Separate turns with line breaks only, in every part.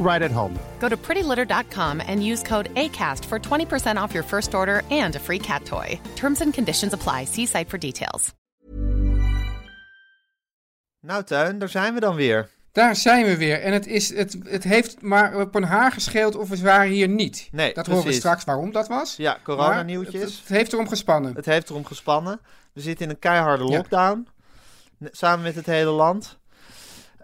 right at home.
Go to prettylitter.com and use code ACAST for 20% off your first order and a free cat toy. Terms and conditions apply. See site for details.
Nou, Tuin, daar zijn we dan weer.
Daar zijn we weer. En het, is, het, het heeft maar op een haar gescheeld of we waren hier niet.
Nee,
dat horen we
precies.
straks waarom dat was.
Ja, coronanieuwtjes.
Maar Het, het heeft erom gespannen.
Het heeft erom gespannen. We zitten in een keiharde
Ja.
lockdown. N- Samen met het hele land.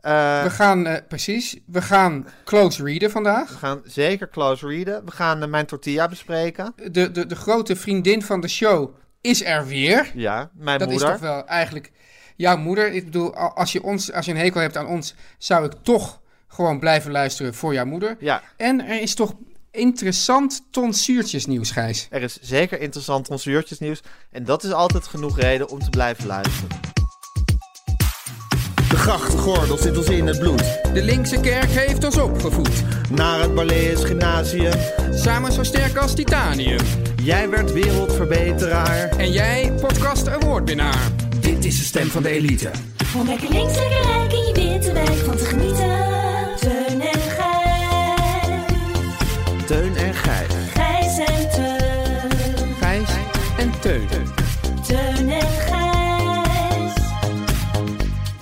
Eh,
we gaan, eh, precies, we gaan close readen
we
vandaag.
gaan zeker close readen. We gaan eh, mijn tortilla bespreken.
De, de, de grote vriendin van de show is er weer.
Ja, mijn
dat
moeder.
is toch wel eigenlijk jouw moeder. Ik bedoel, a- als je, ons, als je een hekel hebt aan ons, zou ik toch gewoon blijven luisteren voor jouw moeder.
Ja.
En er is toch interessant tonsuurtjesnieuws, Gijs.
Er is zeker interessant ons uurtjesnieuws. En dat is altijd genoeg reden om te blijven luisteren.
De grachtgordel zit ons in het bloed.
De linkse kerk heeft ons opgevoed.
Naar het Balees Gymnasium.
Samen zo sterk als titanium.
Jij werd wereldverbeteraar.
En jij, podcast awardwinnaar.
Dit is de stem van de elite.
Om lekker links, lekker rijk in je witte wijk van te genieten. Teun en Gijs.
Teun en Gijs.
Gijs en Teun.
Gijs en Teun.
Teun en Gijs.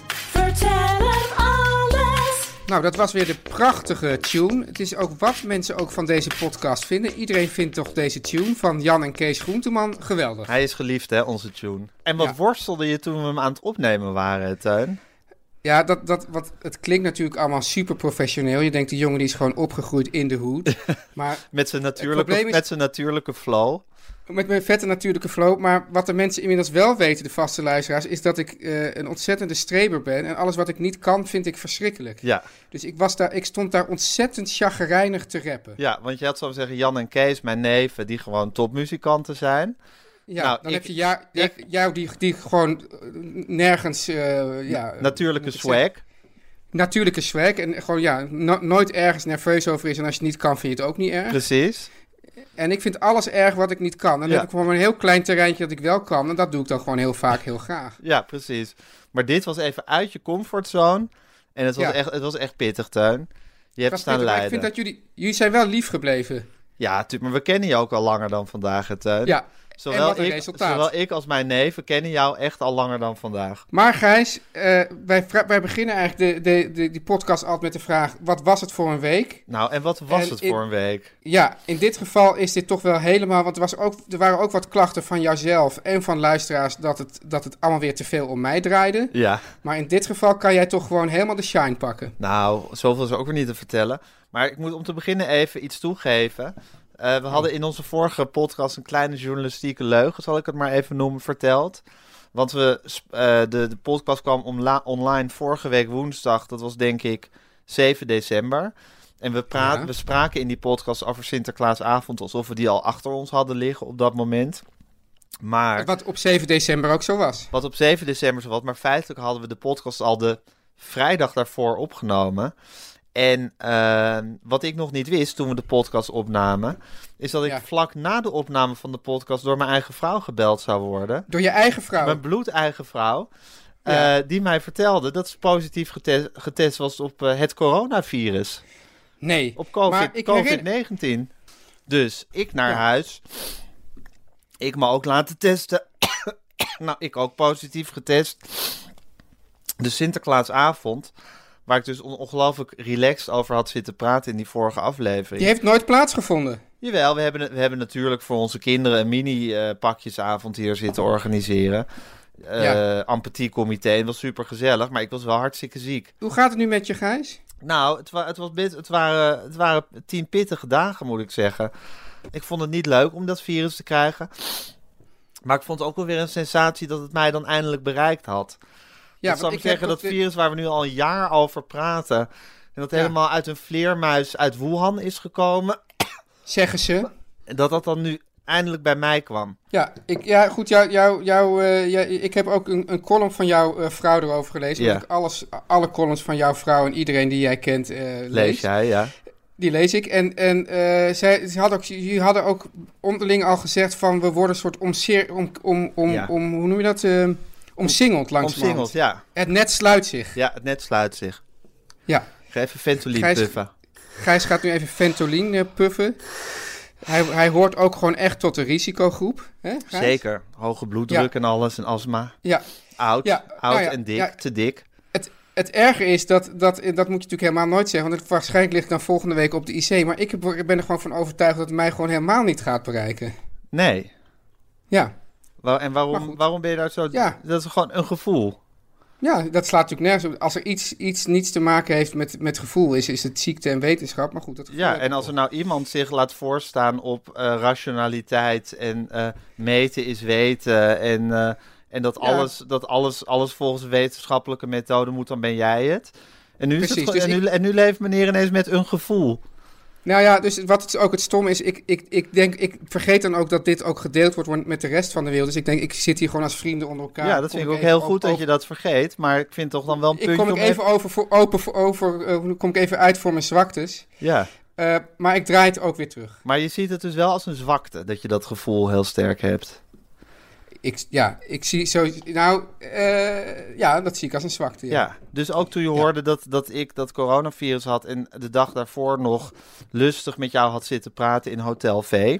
Vertel hem alles.
Nou, dat was weer de prachtige tune. Het is ook wat mensen ook van deze podcast vinden. Iedereen vindt toch deze tune van Jan en Kees Groenteman geweldig.
Hij is geliefd, hè, onze tune. En wat
Ja.
worstelde je toen we hem aan het opnemen waren, hè, Tuin?
Ja, dat, dat, wat, het klinkt natuurlijk allemaal super professioneel. Je denkt, die jongen die is gewoon opgegroeid in de hoed. Maar
Met zijn natuurlijke,
probleem is-
met zijn natuurlijke flow.
met mijn vette natuurlijke flow. Maar wat de mensen inmiddels wel weten, de vaste luisteraars, is dat ik eh, een ontzettende streber ben. En alles wat ik niet kan, vind ik verschrikkelijk.
Ja.
Dus ik, was daar, ik stond daar ontzettend chagrijnig te rappen.
ja, want je had zo zeggen Jan en Kees, mijn neven, die gewoon topmuzikanten zijn.
Ja,
Nou,
dan
ik-
heb je jou, eh,
ik-
jou die, die gewoon eh, nergens... eh, ja,
Natuurlijke
moet ik zeggen,
swag.
Natuurlijke swag. En gewoon ja, no- nooit ergens nerveus over is. En als je het niet kan, vind je het ook niet erg.
Precies.
En ik vind alles erg wat ik niet kan. Dan
Ja.
heb ik gewoon een heel klein terreintje dat ik wel kan. En dat doe ik dan gewoon heel vaak heel graag.
Ja, precies. Maar dit was even uit je comfortzone. En het was,
Ja.
echt, het was echt pittig, Tuin. Je
Ik
hebt
was
staan
Peter, maar
lijden.
ik vind dat jullie... Jullie zijn wel lief gebleven.
Ja, natuurlijk. Maar we kennen je ook al langer dan vandaag, hè, Tuin.
Ja. en
Zowel
wat een
ik,
resultaat.
zowel ik als mijn neven kennen jou echt al langer dan vandaag.
Maar Gijs, eh, wij, vra- wij beginnen eigenlijk de, de, de, die podcast altijd met de vraag... Wat was het voor een week?
Nou, en wat was
En
het
ik-
voor een week?
Ja, in dit geval is dit toch wel helemaal... Want er, was ook, er waren ook wat klachten van jouzelf en van luisteraars... Dat het, dat het allemaal weer te veel om mij draaide.
Ja.
Maar in dit geval kan jij toch gewoon helemaal de shine pakken.
Nou, zoveel is er ook weer niet te vertellen. Maar ik moet om te beginnen even iets toegeven. Eh, we hadden in onze vorige podcast een kleine journalistieke leugen, zal ik het maar even noemen, verteld. Want we, sp- eh, de, de podcast kwam omla- online vorige week woensdag. Dat was denk ik 7 december. En we, praat,
Ja.
we spraken in die podcast over Sinterklaasavond alsof we die al achter ons hadden liggen op dat moment. Maar
Wat op 7 december ook zo was.
wat op 7 december zo wat, maar feitelijk hadden we de podcast al de vrijdag daarvoor opgenomen. En eh, wat ik nog niet wist toen we de podcast opnamen, is dat ik
Ja.
vlak na de opname van de podcast door mijn eigen vrouw gebeld zou worden.
Door je eigen vrouw.
Mijn bloedeigen vrouw, eh,
Oh. Ja.
die mij vertelde dat ze positief getest, getest was op eh, het coronavirus,
Nee.
op
Maar
COVID,
ik
COVID-19.
herinner-
Dus ik naar
Ja.
huis. Ik me ook laten testen. nou, ik ook positief getest. De Sinterklaasavond, waar ik dus on- ongelooflijk relaxed over had zitten praten in die vorige aflevering.
Die heeft nooit plaatsgevonden.
Jawel, we hebben, we hebben natuurlijk voor onze kinderen een mini-pakjesavond hier zitten organiseren. Eh
Ja.
En comité, en was super gezellig, maar ik was wel hartstikke ziek.
Hoe gaat het nu met je, Gijs?
Nou, het, wa- het, was bit, het, waren, het waren tien pittige dagen, moet ik zeggen. Ik vond het niet leuk om dat virus te krijgen. Maar ik vond het ook wel weer een sensatie dat het mij dan eindelijk bereikt had. Ja, dat
want
zou
ik
maar zeggen,
heb
dat
ook de-
virus waar we nu al een jaar over praten... en dat
Ja.
helemaal uit een vleermuis uit Wuhan is gekomen...
Zeggen ze.
dat dat dan nu eindelijk bij mij kwam.
Ja, ik, ja goed, jou, jou, jou, eh, ja, ik heb ook een, een column van jouw eh, vrouw erover gelezen.
Ja.
omdat Ik alles, alle columns van jouw vrouw en iedereen die jij kent eh,
Lees
lees.
jij, ja.
Die lees ik. En, en eh, zij, ze had ook, jullie hadden ook onderling al gezegd van we worden een soort omceer, om, om, om,
Ja.
om, hoe noem je dat? eh omsingeld langzamerhand.
Omsingeld, ja.
Het net sluit zich.
Ja, het net sluit zich.
Ja.
Ga even Ventolin
Gijs-
puffen.
Gijs gaat nu even Ventolin eh, puffen. Hij, hij hoort ook gewoon echt tot de risicogroep. Hè, Gijs?
Zeker. Hoge bloeddruk en alles en astma.
Ja,
Oud,
Ja,
oud
nou ja,
en dik,
ja.
te dik.
Het, het erge is dat, dat, dat moet je natuurlijk helemaal nooit zeggen. Want het, waarschijnlijk ligt dan volgende week op de IC. Maar ik heb- ik ben er gewoon van overtuigd dat het mij gewoon helemaal niet gaat bereiken.
Nee.
Ja,
Wa- En
Maar
waarom,
goed.
waarom ben je daar zo...
Ja.
Dat is gewoon een gevoel.
ja dat slaat natuurlijk nergens op. Als er iets, iets niets te maken heeft met, met gevoel is, is het ziekte en wetenschap. Maar goed, dat gevoel
Ja,
heb ik
en als
wel.
er nou iemand zich laat voorstaan op eh, rationaliteit en eh, meten is weten en, eh, en dat,
Ja.
alles, dat alles, alles volgens wetenschappelijke methode moet, dan ben jij het. En nu, is het
Precies,
gewoon-
dus
en, nu, en nu leeft meneer ineens met een gevoel.
Nou ja, dus wat het, ook het stom is, ik, ik, ik denk, ik vergeet dan ook dat dit ook gedeeld wordt met de rest van de wereld. Dus ik denk, ik zit hier gewoon als vrienden onder elkaar.
Ja, dat
Kom
vind ik ook
even
heel
op-
goed dat
op-
je dat vergeet, maar ik vind toch dan wel een
Ik
puntje
kom
om
ik even over, voor, open voor, over, eh, hoe kom ik even uit voor mijn zwaktes.
Ja,
Eh, maar ik draai het ook weer terug.
maar je ziet het dus wel als een zwakte, dat je dat gevoel heel sterk hebt.
Ik, ja, ik zie zo. Nou, eh, ja, dat zie ik als een zwakte. Ja.
Ja, dus ook toen je hoorde dat, dat ik dat coronavirus had en de dag daarvoor nog lustig met jou had zitten praten in Hotel V,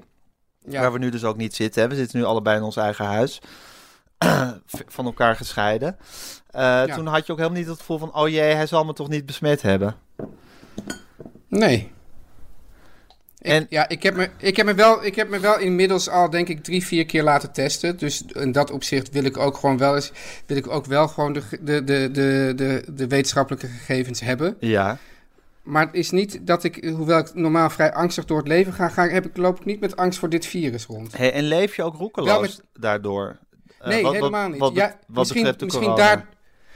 Ja.
waar we nu dus ook niet zitten. hè. We zitten nu allebei in ons eigen huis, van elkaar gescheiden. Eh,
Ja.
Toen had je ook helemaal niet het gevoel van, oh jee, hij zal me toch niet besmet hebben.
Nee.
En-
En... Ja, ik heb, me, ik, heb me wel, ik heb me wel inmiddels al, denk ik, drie, vier keer laten testen. Dus in dat opzicht wil ik ook gewoon wel eens. Wil ik ook wel gewoon de, ge- de, de, de, de, de wetenschappelijke gegevens hebben.
Ja,
Maar het is niet dat ik, hoewel ik normaal vrij angstig door het leven ga, ga heb ik, loop ik niet met angst voor dit virus rond.
hey, en leef je ook roekeloos
Wel met-
daardoor? Eh,
Nee,
wat- wat-
helemaal niet.
Wat, be-
ja,
wat
misschien,
betreft de
misschien,
corona.
daar,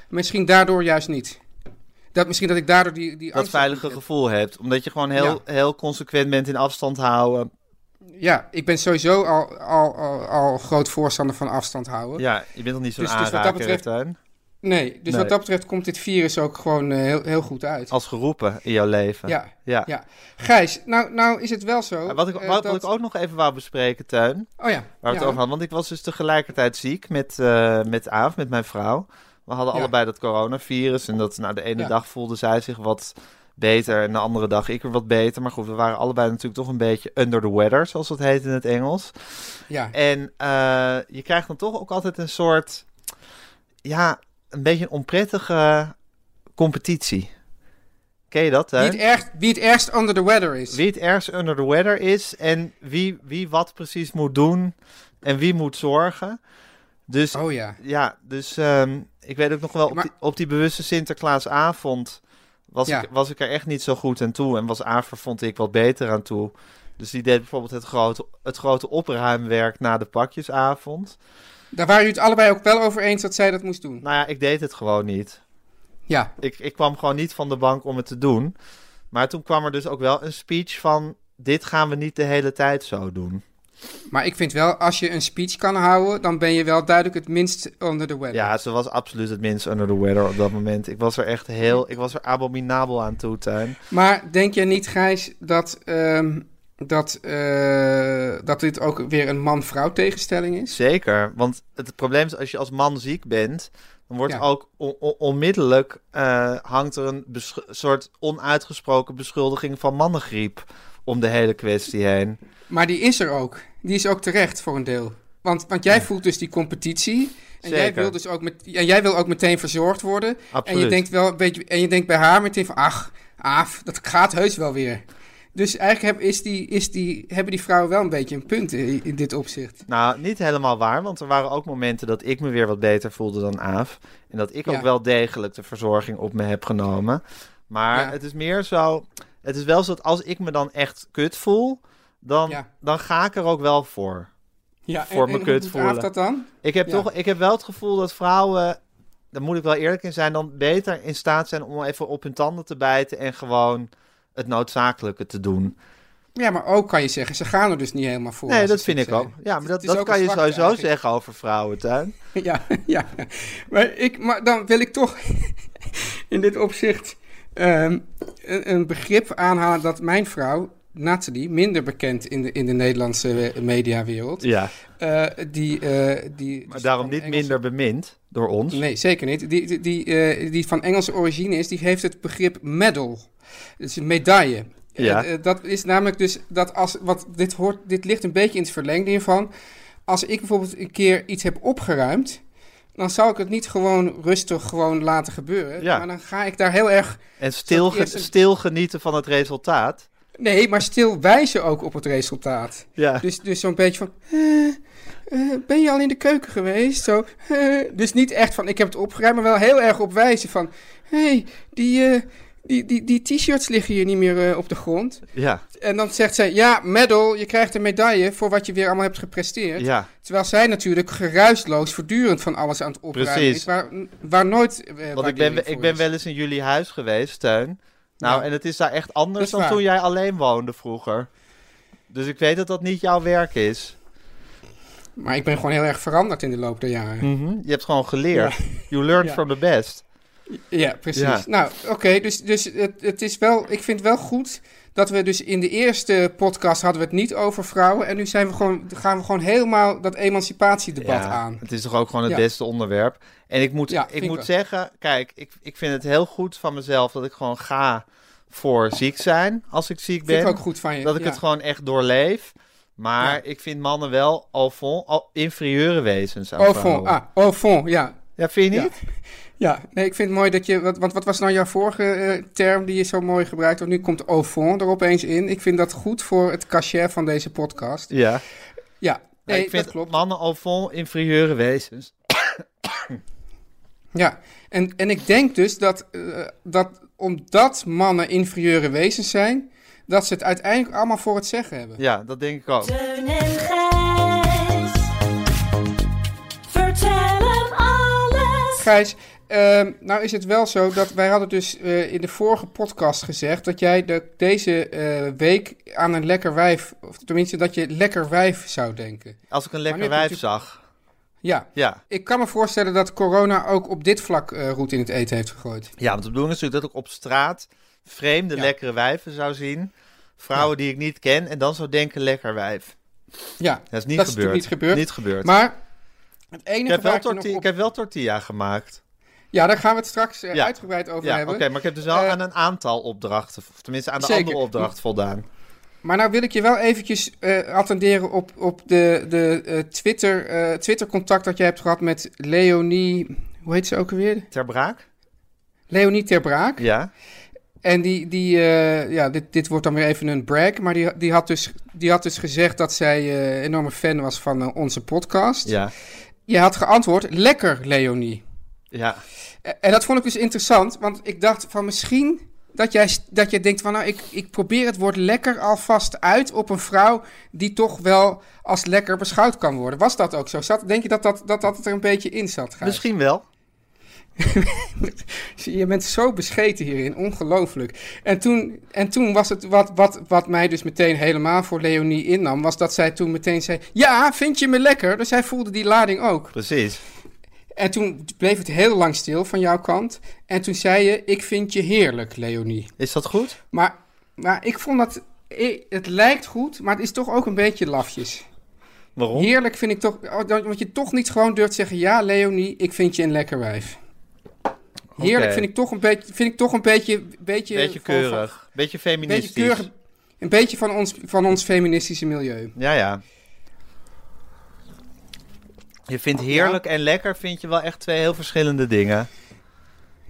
misschien daardoor juist niet. Dat, misschien dat ik daardoor die, die
dat
angst ook
veilige
niet heb.
gevoel hebt. Omdat je gewoon heel, heel consequent bent in afstand houden.
Ja, ik ben sowieso al, al, al, al groot voorstander van afstand houden.
Ja, je bent nog niet zo'n
Dus- dus wat dat
aanraker,
betreft-
hè, Teun?
Nee, dus
Nee.
wat dat betreft komt dit virus ook gewoon eh, heel, heel goed uit.
Als geroepen in jouw leven.
Ja,
ja.
ja. Gijs, nou, nou is het wel zo.
Maar Wat, ik,
eh,
wat,
dat-
wat ik ook nog even wou bespreken, Teun.
Oh ja.
Waar we
ja.
het over hadden. Want ik was dus tegelijkertijd ziek met, eh, met Aaf, met mijn vrouw. We hadden
Ja.
allebei dat coronavirus. En dat, nou, de ene
Ja.
dag voelde zij zich wat beter. En de andere dag ik weer wat beter. Maar goed, we waren allebei natuurlijk toch een beetje under the weather. Zoals dat heet in het Engels.
Ja.
En eh, je krijgt dan toch ook altijd een soort, ja, een beetje een onprettige competitie. Ken je dat, hè?
Wie, het ergst, wie het ergst under the weather is.
eh, Wie het ergens under the weather is en wie, wie wat precies moet doen en wie moet zorgen. Dus
Oh ja.
ja, dus ehm, ik weet ook nog wel, op,
Maar-
die, op die bewuste Sinterklaasavond was,
Ja.
ik, was ik er echt niet zo goed aan toe. En was Aver, vond ik, wat beter aan toe. Dus die deed bijvoorbeeld het grote, het grote opruimwerk na de pakjesavond.
Daar waren jullie het allebei ook wel over eens dat zij dat moest doen.
Nou ja, ik deed het gewoon niet.
Ja.
Ik, ik kwam gewoon niet van de bank om het te doen. Maar toen kwam er dus ook wel een speech van... dit gaan we niet de hele tijd zo doen.
Maar ik vind wel, als je een speech kan houden, dan ben je wel duidelijk het minst onder the weather.
Ja, ze was absoluut het minst under the weather op dat moment. Ik was er echt heel... Ik was er abominabel aan toe, Tuin.
Maar denk jij niet, Gijs, dat, ehm, dat, eh, dat dit ook weer een man-vrouw tegenstelling is?
Zeker, want het probleem is als je als man ziek bent... dan wordt
Ja.
ook on- on- onmiddellijk... eh, hangt er een besch- soort onuitgesproken beschuldiging van mannengriep... om de hele kwestie heen.
Maar die is er ook. Die is ook terecht voor een deel. Want, want jij voelt dus die competitie. En jij,
Zeker.
wil dus ook met, en jij wil ook meteen verzorgd worden. En
Absoluut.
je denkt wel een beetje, en je denkt bij haar meteen van ach, af, dat gaat heus wel weer. Dus eigenlijk heb, is die, is die, hebben die vrouwen wel een beetje een punt in, in dit opzicht.
Nou, niet helemaal waar, want er waren ook momenten dat ik me weer wat beter voelde dan Aaf. En dat ik
Ja.
ook wel degelijk de verzorging op me heb genomen. Maar
Ja.
het is meer zo, het is wel zo dat als ik me dan echt kut voel, dan,
Ja.
dan ga ik er ook wel voor.
Ja,
Voor me
en,
kut
hoe doet
voelen.
Aaf dat dan?
Ik heb,
Ja.
toch, ik heb wel het gevoel dat vrouwen, daar moet ik wel eerlijk in zijn, dan beter in staat zijn om even op hun tanden te bijten en gewoon het noodzakelijke te doen.
Ja, maar ook kan je zeggen, ze gaan er dus niet helemaal voor.
Nee,
als
dat
ze
vind
het
ik ook.
zeggen.
Ja, maar dat,
Het is
dat
ook
kan
een
je
zwakte
sowieso
eigenlijk.
zeggen over vrouwen, Tuin.
Ja, ja. Maar, ik, maar dan wil ik toch in dit opzicht ehm, een, een begrip aanhalen dat mijn vrouw, Nathalie, minder bekend in de, in de Nederlandse eh, mediawereld.
Ja.
eh, die, eh, die,
Maar daarom
van
niet
Engelse-
minder bemind door ons.
Nee, zeker niet. Die, die, die, eh, die van Engelse origine is, die heeft het begrip medal. Dus een medaille.
Ja.
Eh, eh, dat is namelijk dus dat als. Wat, dit, hoort, dit ligt een beetje in het verlengde hiervan. Als ik bijvoorbeeld een keer iets heb opgeruimd. dan zou ik het niet gewoon rustig gewoon laten gebeuren.
Ja.
Maar dan ga ik daar heel erg.
En stil,
eerst een-
stil genieten van het resultaat.
Nee, maar stil wijzen ook op het resultaat.
Ja.
Dus, dus zo'n beetje van. eh, eh, ben je al in de keuken geweest? Zo, eh. dus niet echt van ik heb het opgeruimd, maar wel heel erg op wijzen van. Hé, hey, die, eh, die, die, die t-shirts liggen hier niet meer eh, op de grond.
Ja.
En dan zegt zij: Ja, medal, je krijgt een medaille voor wat je weer allemaal hebt gepresteerd.
ja.
Terwijl zij natuurlijk geruisloos voortdurend van alles aan het opruimen
Precies.
is. Waar, waar nooit. eh,
Want ik
waardering
ben, ik
voor
ben
is.
wel eens in jullie huis geweest, Teun. Nou,
Ja.
en het is daar echt
Dat
anders
is
dan
waar.
toen jij alleen woonde vroeger. Dus ik weet dat dat niet jouw werk is.
Maar ik ben gewoon heel erg veranderd in de loop der jaren.
Hm? Je hebt gewoon geleerd. You learn
Ja.
from the best.
Ja, precies.
Ja.
Nou, oké, dus, dus het, het is wel, ik vind wel goed dat we dus in de eerste podcast hadden we het niet over vrouwen. En nu zijn we gewoon, gaan we gewoon helemaal dat emancipatiedebat
Ja,
aan.
Het is toch ook gewoon het
Ja.
beste onderwerp. En ik moet,
Ja, vind
ik
ik
moet
ook.
zeggen, kijk, ik, ik vind het heel goed van mezelf dat ik gewoon ga voor ziek zijn als ik ziek ben.
Vind ik ook goed van je.
dat ik
Eh, ja.
het gewoon echt doorleef. Maar
Ja.
ik vind mannen wel au fond, al inferieure wezens aan
Au
vrouwen.
fond, ah, au fond, ja.
Ja, vind je
Ja.
niet?
Ja, nee, ik vind het mooi dat je, wat- want wat was nou jouw vorige eh, term die je zo mooi gebruikt? Want nu komt au fond er opeens in. Ik vind dat goed voor het cachet van deze podcast.
Ja.
Ja,
Maar
nee,
ik vind
dat klopt.
mannen au fond inferieure wezens.
Ja, en, en ik denk dus dat, eh, dat omdat mannen inferieure wezens zijn, dat ze het uiteindelijk allemaal voor het zeggen hebben.
Ja, dat denk ik ook.
Teun en Gijs. Vertel hem alles.
Gijs, ehm, nou is het wel zo dat wij hadden dus eh, in de vorige podcast gezegd dat jij de, deze eh, week aan een lekker wijf, of tenminste dat je lekker wijf zou denken.
Als ik een
nu
lekker
heb je
wijf zag.
Ja,
Ja.
ik kan me voorstellen dat corona ook op dit vlak eh roet in het eten heeft gegooid.
ja, want de bedoeling is natuurlijk dat ik op straat vreemde
Ja.
lekkere wijven zou zien. Vrouwen die ik niet ken en dan zou denken lekker wijf.
Ja,
Dat is niet gebeurd.
dat Is natuurlijk niet gebeurd.
Niet gebeurd.
Maar het
ik,
enige
heb wel
waar ik er nog
torti-
op-
ik heb wel tortilla gemaakt.
Ja, daar gaan we het straks eh,
Ja.
uitgebreid over
Ja, oké,
hebben.
maar ik heb dus wel
Eh,
aan een aantal opdrachten, of tenminste aan de
zeker. Hm.
andere opdracht voldaan.
Maar nou wil ik je wel eventjes eh, attenderen op, op de, de eh, Twitter, eh, Twitter-contact dat jij hebt gehad met Leonie... Hoe heet ze ook alweer?
Ter braak?
Leonie Ter Braak.
Ja.
En die, die eh, ja, dit, dit wordt dan weer even een brag, maar die, die, had, dus, die had dus gezegd dat zij eh enorme fan was van eh, onze podcast.
Ja.
Je had geantwoord, lekker Leonie.
Ja.
Eh, En dat vond ik dus interessant, want ik dacht van misschien dat jij, dat jij denkt van nou, ik, ik probeer het woord lekker alvast uit op een vrouw die toch wel als lekker beschouwd kan worden. Was dat ook zo? Zat, denk je dat dat, dat, dat het er een beetje in zat? Gijs?
Misschien wel.
Zie Je je bent zo bescheten hierin, ongelooflijk. En toen, en toen was het wat, wat, wat mij dus meteen helemaal voor Leonie innam, was dat zij toen meteen zei, ja, vind je me lekker? Dus zij voelde die lading ook.
Precies.
En toen bleef het heel lang stil van jouw kant. En toen zei je, ik vind je heerlijk, Leonie.
Is dat goed?
Maar, maar ik vond dat. i- Het lijkt goed, maar het is toch ook een beetje lafjes.
Waarom?
Heerlijk vind ik toch. oh, dan- Want je toch niet gewoon durft zeggen: Ja, Leonie, ik vind je een lekker wijf. Heerlijk
Oké.
vind ik toch een beetje. Vind ik toch een beetje. beetje
beetje
van- van-
keurig. beetje
een beetje
feministisch.
keurig. Een beetje van ons, van ons feministische milieu.
Ja, ja. Je vindt heerlijk en lekker, vind je wel echt twee heel verschillende
Oh,
dingen.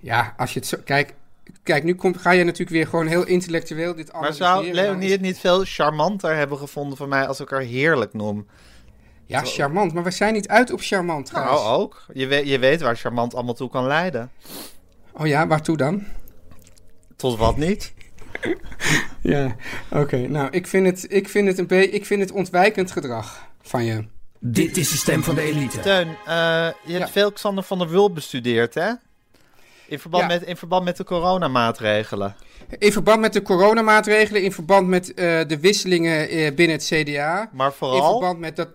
Ja, als je het zo... Kijk, kijk nu kom, ga jij natuurlijk weer gewoon heel intellectueel dit
Maar
analyseren.
zou
dan
Leonie
is-
het niet veel charmanter hebben gevonden van mij als ik haar heerlijk noem?
Ja, charmant. Maar we zijn niet uit op charmant trouwens.
Nou, ook. Je weet, je weet waar charmant allemaal toe kan leiden.
Oh ja, waartoe dan?
Tot wat niet?
Ja, oké. Nou, ik vind, het, ik, vind het een be- ik vind het ontwijkend gedrag van je.
Dit is de stem van de elite.
Teun, eh, je hebt
Ja.
veel Xander van der Wulp bestudeerd, hè? In verband,
Ja.
met, in verband met de coronamaatregelen.
In verband met de coronamaatregelen, in verband met eh, de wisselingen eh, binnen het CDA.
Maar
In
vooral...
verband met dat.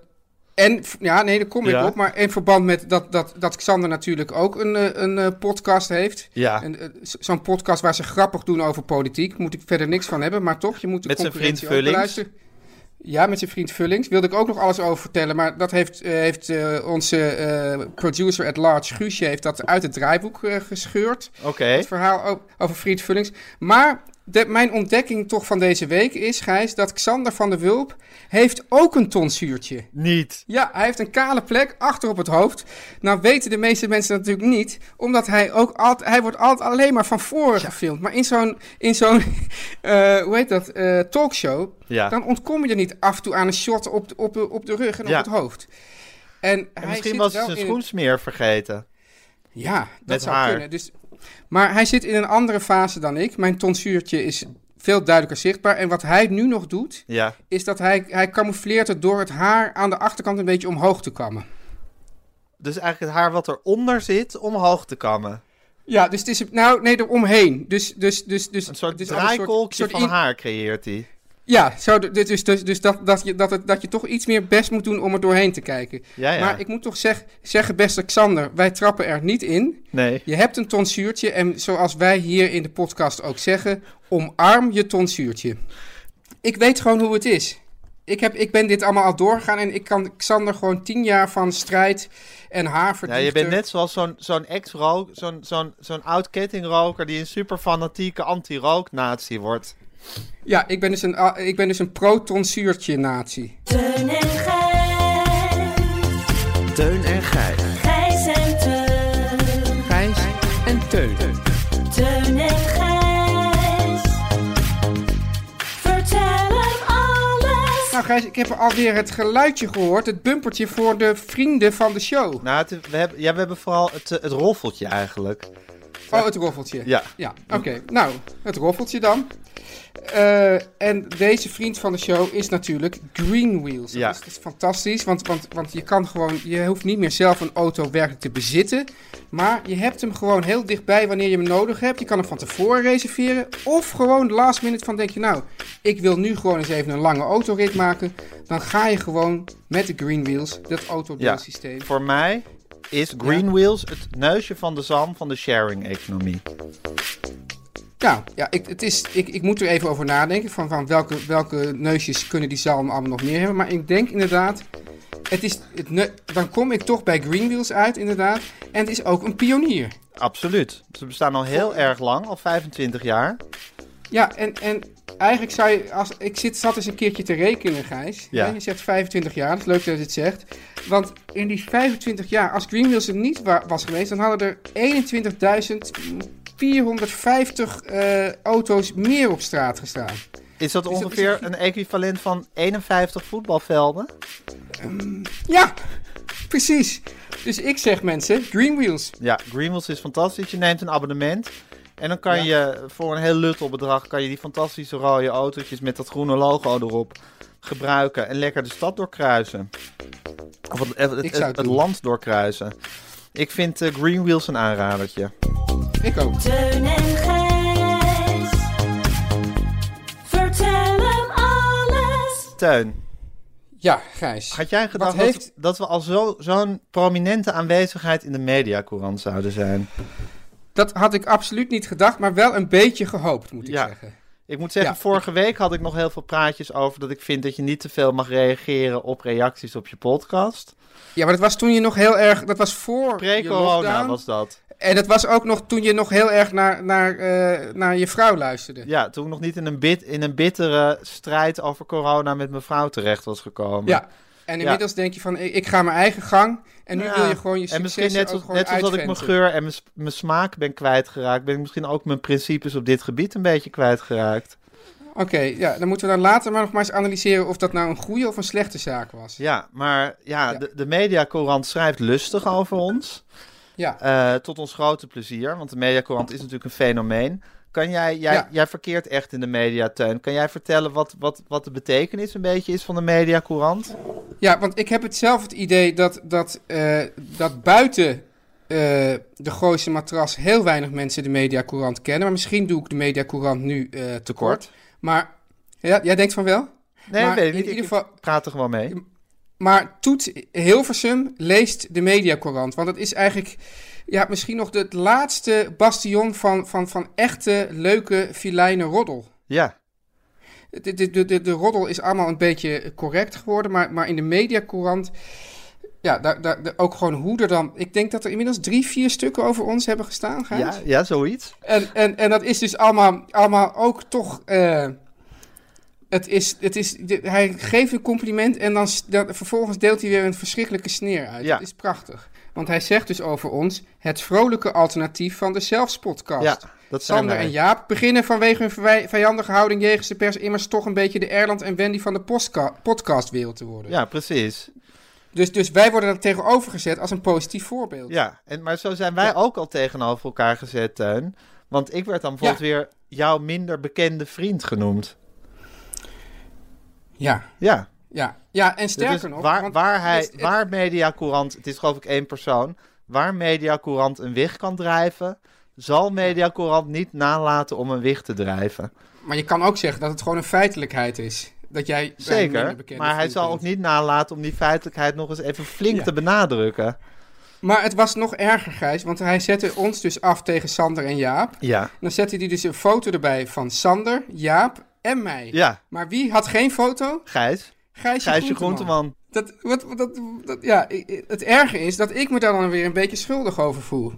En, v- ja, nee, daar kom ik
Ja.
op. Maar in verband met dat, dat, dat Xander natuurlijk ook een, eh, een eh, podcast heeft.
Ja,
En, eh, z- Zo'n podcast waar ze grappig doen over politiek. Moet ik verder niks van hebben, maar toch, je moet de
Met zijn vriend
concurrentie ook
Vullings.
beluisteren. Ja, met zijn vriend Vullings. Wilde ik ook nog alles over vertellen. Maar dat heeft, eh, heeft eh, onze eh, producer at large, Guusje, heeft dat uit het draaiboek eh, gescheurd.
oké.
Het verhaal o- over Fried Vullings. Maar de, mijn ontdekking toch van deze week is, Gijs, dat Xander van der Wulp heeft ook een tonsuurtje.
Niet.
Ja, hij heeft een kale plek achter op het hoofd. Nou weten de meeste mensen dat natuurlijk niet, omdat hij ook altijd, hij wordt altijd alleen maar van voren gefilmd. Maar in zo'n, in zo'n, eh, hoe heet dat, eh, talkshow,
Ja.
dan ontkom je er niet af en toe aan een shot op, de- op, de- op de rug en
Ja.
op het hoofd. En, hij
En misschien
zit
was
wel
ze zijn
in een-
schoensmeer vergeten.
ja, dat
Met
zou
haar.
kunnen. Dus, maar hij zit in een andere fase dan ik. Mijn tonsuurtje is veel duidelijker zichtbaar. En wat hij nu nog doet,
Ja.
is dat hij, hij camoufleert het door het haar aan de achterkant een beetje omhoog te kammen.
Dus eigenlijk het haar wat eronder zit, omhoog te kammen.
Ja, dus het is... Nou, nee, eromheen. Dus, dus, dus, dus,
Een soort
dus allemaal een
draaikolkje
soort
van
in-
haar creëert hij.
Ja, zo, d- dus, dus, dus, dus dat, dat, je, dat, het, dat je toch iets meer best moet doen om er doorheen te kijken.
Ja, ja.
Maar ik moet toch zeg, zeggen, beste Xander, wij trappen er niet in.
Nee.
Je hebt een tonsuurtje en zoals wij hier in de podcast ook zeggen, omarm je tonsuurtje. Ik weet gewoon hoe het is. Ik, heb, ik ben dit allemaal al doorgegaan en ik kan Xander gewoon tien jaar van strijd en haar
Ja,
verdienen.
je bent net zoals zo'n zo'n ex-rook, zo'n zo'n zo'n oud kettingroker die een super fanatieke anti-rook-nazi wordt.
Ja, ik ben dus een, a- ik ben dus een pro-tonsuurtje nazi.
Teun en Gijs.
Teun en Gijs.
Gijs en Teun.
Gijs en Teun.
Teun en Gijs. Vertel hem alles.
Nou Gijs, ik heb alweer het geluidje gehoord, het bumpertje voor de vrienden van de show.
Nou, het- we, hebben, ja, we hebben vooral het, eh, het roffeltje eigenlijk.
Oh, het roffeltje.
Ja.
Ja, oké. Nou, het roffeltje dan. Eh, en deze vriend van de show is natuurlijk Green Wheels.
Ja.
Dat, is, dat is fantastisch, want, want, want je kan gewoon, je hoeft niet meer zelf een auto werkelijk te bezitten. Maar je hebt hem gewoon heel dichtbij wanneer je hem nodig hebt. Je kan hem van tevoren reserveren. Of gewoon last minute van denk je, nou, ik wil nu gewoon eens even een lange autorit maken. Dan ga je gewoon met de Green Wheels, dat
Ja.
autodeelsysteem.
Voor mij is Green Wheels het neusje van de zalm van de sharing-economie.
Nou, ja, ik, het is, ik, ik moet er even over nadenken van, van welke, welke neusjes kunnen die zalm allemaal nog meer hebben. Maar ik denk inderdaad, het is, het ne- dan kom ik toch bij Greenwheels uit inderdaad. En het is ook een pionier.
Absoluut. Ze bestaan al heel erg lang, al 25 jaar.
Ja, en, en eigenlijk zou je, als, ik zit, zat eens een keertje te rekenen Gijs.
Ja.
Ja, Je zegt 25 jaar, dat is leuk dat je het zegt. Want in die 25 jaar, als Greenwheels er niet wa- was geweest, dan hadden er 21.450 eh, auto's meer op straat gestaan.
Is dat
dat- is
ongeveer
dat-
een equivalent van 51 voetbalvelden?
Ja, precies. Dus ik zeg mensen, Green Wheels.
Ja, Greenwheels is fantastisch. Je neemt een abonnement. En dan kan je voor een heel luttel bedrag kan je die fantastische rode autootjes met dat groene logo erop gebruiken. En lekker de stad doorkruisen. Of het, het, het,
Ik zou het
het
doen.
land doorkruisen. Ik vind eh, Greenwheels een aanradertje.
Ik ook.
Teun en Gijs. Vertel hem alles.
Teun,
Ja, Gijs.
had jij gedacht
Wat heeft...
dat, dat we al zo- zo'n prominente aanwezigheid in de mediacourant zouden zijn?
Dat had ik absoluut niet gedacht, maar wel een beetje gehoopt, moet ik
Ja.
zeggen.
Ik moet zeggen,
Ja.
vorige week had ik nog heel veel praatjes over dat ik vind dat je niet te veel mag reageren op reacties op je podcast.
Ja, maar dat was toen je nog heel erg... Dat was voor je
Pre-corona
lockdown.
was dat.
En dat was ook nog toen je nog heel erg naar, naar, eh, naar je vrouw luisterde.
Ja, toen ik nog niet in een, bit, in een bittere strijd over corona met mijn vrouw terecht was gekomen.
Ja. En inmiddels denk je van, ik, ik ga mijn eigen gang. En nu
Ja.
wil je gewoon je
En misschien
succes
net,
ook
als,
gewoon
net als dat ik mijn
uitventen.
geur en mijn, s- mijn smaak ben kwijtgeraakt, ben ik misschien ook mijn principes op dit gebied een beetje kwijtgeraakt.
Oké, ja, dan moeten we dan later maar nog maar eens analyseren of dat nou een goede of een slechte zaak was.
Ja, maar ja,
Ja.
de, de mediacourant schrijft lustig over ons.
Ja.
Eh, tot ons grote plezier, want de mediacourant is natuurlijk een fenomeen. Kan jij, jij,
Ja.
jij verkeert echt in de mediatuin. Kan jij vertellen wat, wat, wat de betekenis een beetje is van de mediacourant?
Ja, want ik heb het zelf het idee dat, dat, eh, dat buiten eh, de Gooise matras heel weinig mensen de Mediacourant kennen. Maar misschien doe ik de Mediacourant nu eh tekort. Maar ja, jij denkt van wel?
Nee,
Maar
weet ik
in
niet.
ieder
ik
geval-
praat er gewoon mee.
Maar Toet Hilversum leest de Mediacourant. Want het is eigenlijk ja, misschien nog het laatste bastion van, van, van echte, leuke, filijne roddel.
Ja.
De, de, de, de, de roddel is allemaal een beetje correct geworden, maar, maar in de mediacourant... Ja, daar, daar, daar- ook gewoon hoe er dan... Ik denk dat er inmiddels drie, vier stukken over ons hebben gestaan, Gijs.
Ja, ja, zoiets.
En, en, en dat is dus allemaal, allemaal ook toch... eh, het is, het is, de- hij geeft een compliment en dan, s- dan vervolgens deelt hij weer een verschrikkelijke sneer uit.
Ja.
Dat is prachtig. Want hij zegt dus over ons... het vrolijke alternatief van de zelfspodcast.
Ja, dat zijn
Sander
wij.
en Jaap beginnen vanwege hun verwij- vijandige houding jegens de pers immers toch een beetje de Erland en Wendy van de postka- podcastwereld te worden.
Ja, precies.
Dus, dus wij worden er tegenovergezet als een positief voorbeeld.
Ja, en, maar zo zijn wij ook al tegenover elkaar gezet, Teun. Want ik werd dan bijvoorbeeld weer jouw minder bekende vriend genoemd.
Ja,
Ja.
ja, ja en
Dus
sterker nog...
waar,
want
waar hij,
het- het-
waar Mediacourant, het is geloof ik één persoon, waar Mediacourant een wig kan drijven, zal Mediacourant niet nalaten om een wig te drijven.
Maar je kan ook zeggen dat het gewoon een feitelijkheid is. Dat jij bij een minder
Zeker,
bekende
maar hij
vriend
zal
bent.
ook niet nalaten om die feitelijkheid nog eens even flink
Ja.
te benadrukken.
Maar het was nog erger, Gijs, want hij zette ons dus af tegen Sander en Jaap.
Ja.
Dan zette hij dus een foto erbij van Sander, Jaap en mij.
Ja,
Maar wie had geen foto?
Gijs.
Gijsje,
Gijsje
Groenteman.
Groenteman.
Dat, wat, wat- dat, dat, ja, ik- ik- het erge is dat ik me daar dan weer een beetje schuldig over voel.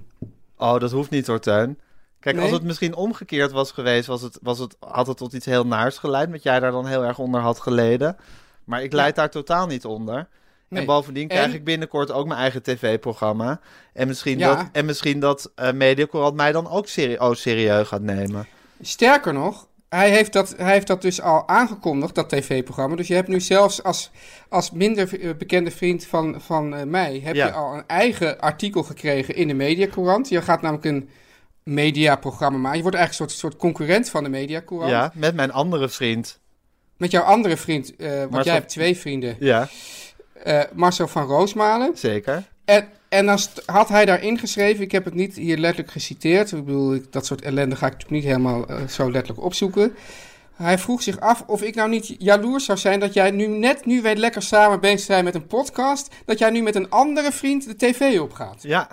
Oh, dat hoeft niet hoor, Teun. Kijk, als
Nee?
het misschien omgekeerd was geweest, was het, was het, had het tot iets heel naars geleid. Wat jij daar dan heel erg onder had geleden. Maar ik leid daar totaal niet onder.
Nee.
En bovendien krijg
En?
ik binnenkort ook mijn eigen tv-programma. En misschien
Ja.
dat, en misschien dat eh Mediacorant mij dan ook serie- oh, serieus gaat nemen.
Sterker nog, hij heeft dat, hij heeft dat dus al aangekondigd, dat tv-programma. Dus je hebt nu zelfs als, als minder eh, bekende vriend van, van eh, mij... heb
Ja.
je al een eigen artikel gekregen in de Mediacourant. Je gaat namelijk een mediaprogramma maken. Je wordt eigenlijk een soort, soort concurrent van de Mediacourant.
Ja, met mijn andere vriend.
Met jouw andere vriend, eh, want
Marcel-
jij hebt twee vrienden...
Ja,
eh, Marcel van Roosmalen...
zeker.
En, en dan st- had hij daar ingeschreven, ik heb het niet hier letterlijk geciteerd. Ik bedoel, ik- dat soort ellende ga ik natuurlijk niet helemaal eh, zo letterlijk opzoeken. Hij vroeg zich af of ik nou niet jaloers zou zijn dat jij nu net nu weet lekker samen bezig zijn met een podcast. Dat jij nu met een andere vriend de tv opgaat.
Ja.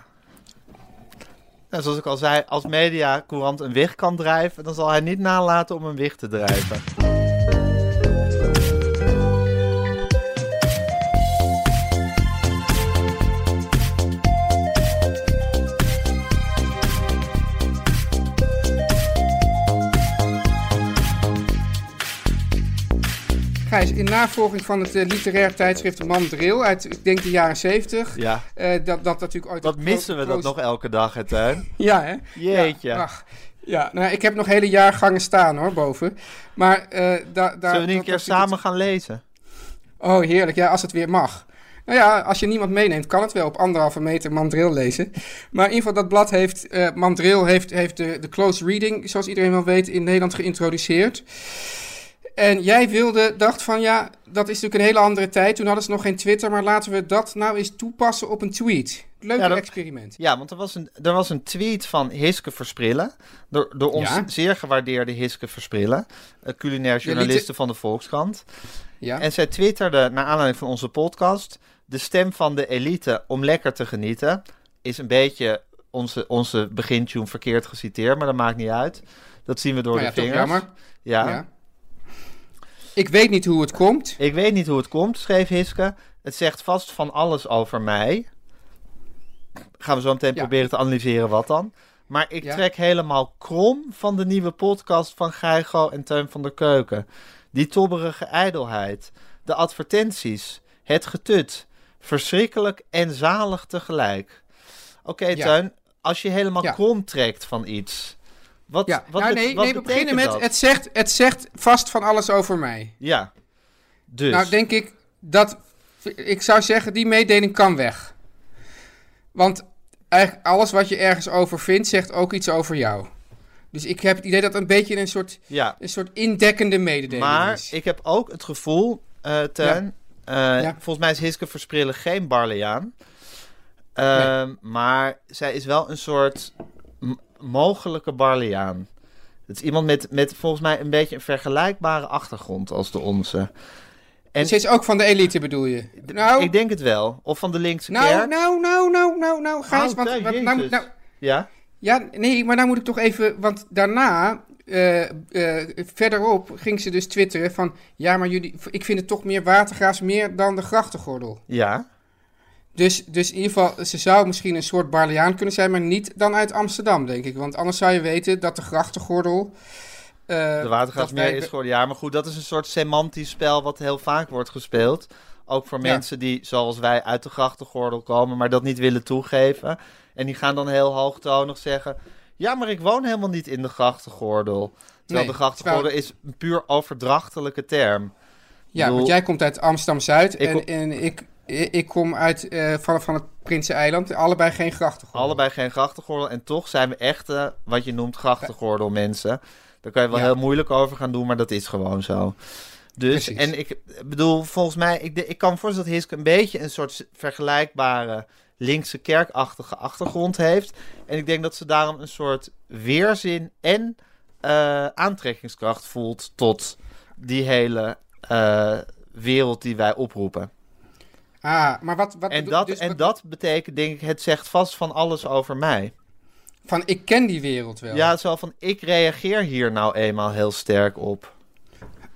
Nou, zoals ik al zei, als Mediacorant een wig kan drijven, dan zal hij niet nalaten om een wig te drijven.
Gijs, in navolging van het eh, literair tijdschrift Mandrill uit, ik denk de jaren zeventig. eh,
Ja.
dat, dat natuurlijk ooit...
Wat
een
missen we
pro-
dat nog elke dag, hè, Teun?
Ja, hè?
Jeetje.
Ja, ach. ja nou, ik heb nog hele jaargangen staan hoor, boven. Maar eh da, daar...
Zullen we niet een
dat-
keer
dat ik
samen
het-
gaan lezen?
Oh, heerlijk. Ja, als het weer mag. Nou ja, als je niemand meeneemt, kan het wel op anderhalve meter mandril lezen. Maar in ieder geval, dat blad heeft, eh mandril heeft, heeft de, de close reading, zoals iedereen wel weet, in Nederland geïntroduceerd. En jij wilde, dacht van ja, dat is natuurlijk een hele andere tijd. Toen hadden ze nog geen Twitter, maar laten we dat nou eens toepassen op een tweet. Leuk
Ja, dat-
experiment.
Ja, want er was een, er was een tweet van Hiske Versprillen. Door, door ons
Ja.
zeer gewaardeerde Hiske Versprillen. eh, Culinair journaliste van de Volkskrant.
Ja.
En zij twitterde, naar aanleiding van onze podcast... De stem van de elite om lekker te genieten... is een beetje onze, onze begintune verkeerd geciteerd, maar dat maakt niet uit. Dat zien we door
Maar
de
Nou ja, toch
vingers.
jammer.
Ja.
Ja. Ik weet niet hoe het komt.
Ik weet niet hoe het komt, schreef Hiske. Het zegt vast van alles over mij. Gaan we zo meteen
Ja.
proberen te analyseren wat dan. Maar ik
Ja.
trek helemaal krom van de nieuwe podcast van Geigo en Teun van der Keuken. Die tobberige ijdelheid. De advertenties. Het getut. Verschrikkelijk en zalig tegelijk. Oké,
Ja.
Tuin, als je helemaal
Ja.
krom trekt van iets. Wat,
Ja,
wat,
nou,
bet-
nee,
wat
nee, we beginnen
betekent dat?
met. Het zegt, het zegt vast van alles over mij.
Ja, dus.
Nou, denk ik dat. Ik zou zeggen, die mededeling kan weg. Want eigenlijk alles wat je ergens over vindt, zegt ook iets over jou. Dus ik heb het idee dat het een beetje een soort,
ja.
een soort indekkende mededeling
Maar
is. Dus
ik heb ook het gevoel, eh Tuin. eh, Volgens mij is Hiske Versprillen geen Barleaan. Ehm, Maar zij is wel een soort m- mogelijke Barleaan. Het is iemand met, met volgens mij een beetje een vergelijkbare achtergrond als de onze. En
Dus hij is ook van de elite, bedoel je? Nou,
ik denk het wel. Of van de linkse
nou,
kerk.
nou, nou, nou, nou, nou, Gijs,
Oh,
want,
Tuin,
want nou,
Jezus.
nou,
Ja,
Ja, nee, maar daar moet ik toch even. Want daarna, eh, eh, verderop, ging ze dus twitteren van. Ja, maar jullie, ik vind het toch meer watergraafs meer dan de grachtengordel.
ja.
Dus, dus in ieder geval, ze zou misschien een soort Barleaan kunnen zijn, maar niet dan uit Amsterdam, denk ik. Want anders zou je weten dat de grachtengordel. eh,
De
dat wij-
watergasmeer is gewoon... Ja, maar goed, dat is een soort semantisch spel wat heel vaak wordt gespeeld. Ook voor
Ja.
mensen die, zoals wij, uit de grachtengordel komen, maar dat niet willen toegeven. En die gaan dan heel hoogtonig zeggen... Ja, maar ik woon helemaal niet in de grachtengordel. Terwijl
Nee,
de grachtengordel
terwijl-
is een puur overdrachtelijke term.
Ja, want
bedoel-
jij komt uit Amsterdam Zuid
Ik
en,
kom-
en ik, ik ik kom uit eh, van, van het Prinseneiland. Allebei geen grachtengordel.
Allebei geen grachtengordel en toch zijn we echte, wat je noemt, grachtengordel mensen. Daar kan je wel
Ja.
heel moeilijk over gaan doen, maar dat is gewoon zo. Dus,
Precies.
en ik bedoel, volgens mij, ik, de- ik kan me voorstellen dat Hiske een beetje een soort vergelijkbare linkse kerkachtige achtergrond heeft. En ik denk dat ze daarom een soort weerzin en eh, aantrekkingskracht voelt tot die hele eh, wereld die wij oproepen.
Ah, maar wat. wat
En
bedoel-
dat,
dus
en
wat-
dat betekent, denk ik, het zegt vast van alles over mij.
Van ik ken die wereld wel.
Ja, het is wel van, ik reageer hier nou eenmaal heel sterk op.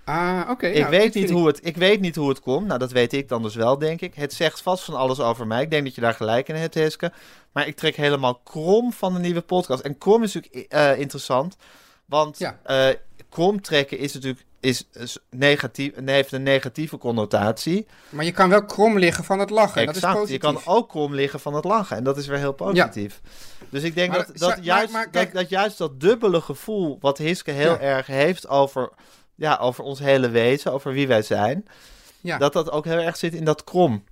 Ah, oké.
Ik,
nou, dit
weet
vind
niet
ik-
hoe het, ik weet niet hoe het komt. Nou, dat weet ik dan dus wel, denk ik. Het zegt vast van alles over mij. Ik denk dat je daar gelijk in hebt, Heske. Maar ik trek helemaal krom van de nieuwe podcast. En krom is natuurlijk eh, interessant. Want
Ja.
eh, krom trekken is natuurlijk is, is negatief, heeft een negatieve connotatie.
Maar je kan wel krom liggen van het lachen. Dat is
exact. Je
positief.
kan ook krom liggen van het lachen. En dat is weer heel positief. Dus ik denk
Maar
dat,
dat-
dat,
maar-
juist,
maar kijk-
dat, dat juist dat dubbele gevoel wat Hiske heel
Ja.
erg heeft over, ja, over ons hele wezen, over wie wij zijn,
Ja.
dat dat ook heel erg zit in dat krom.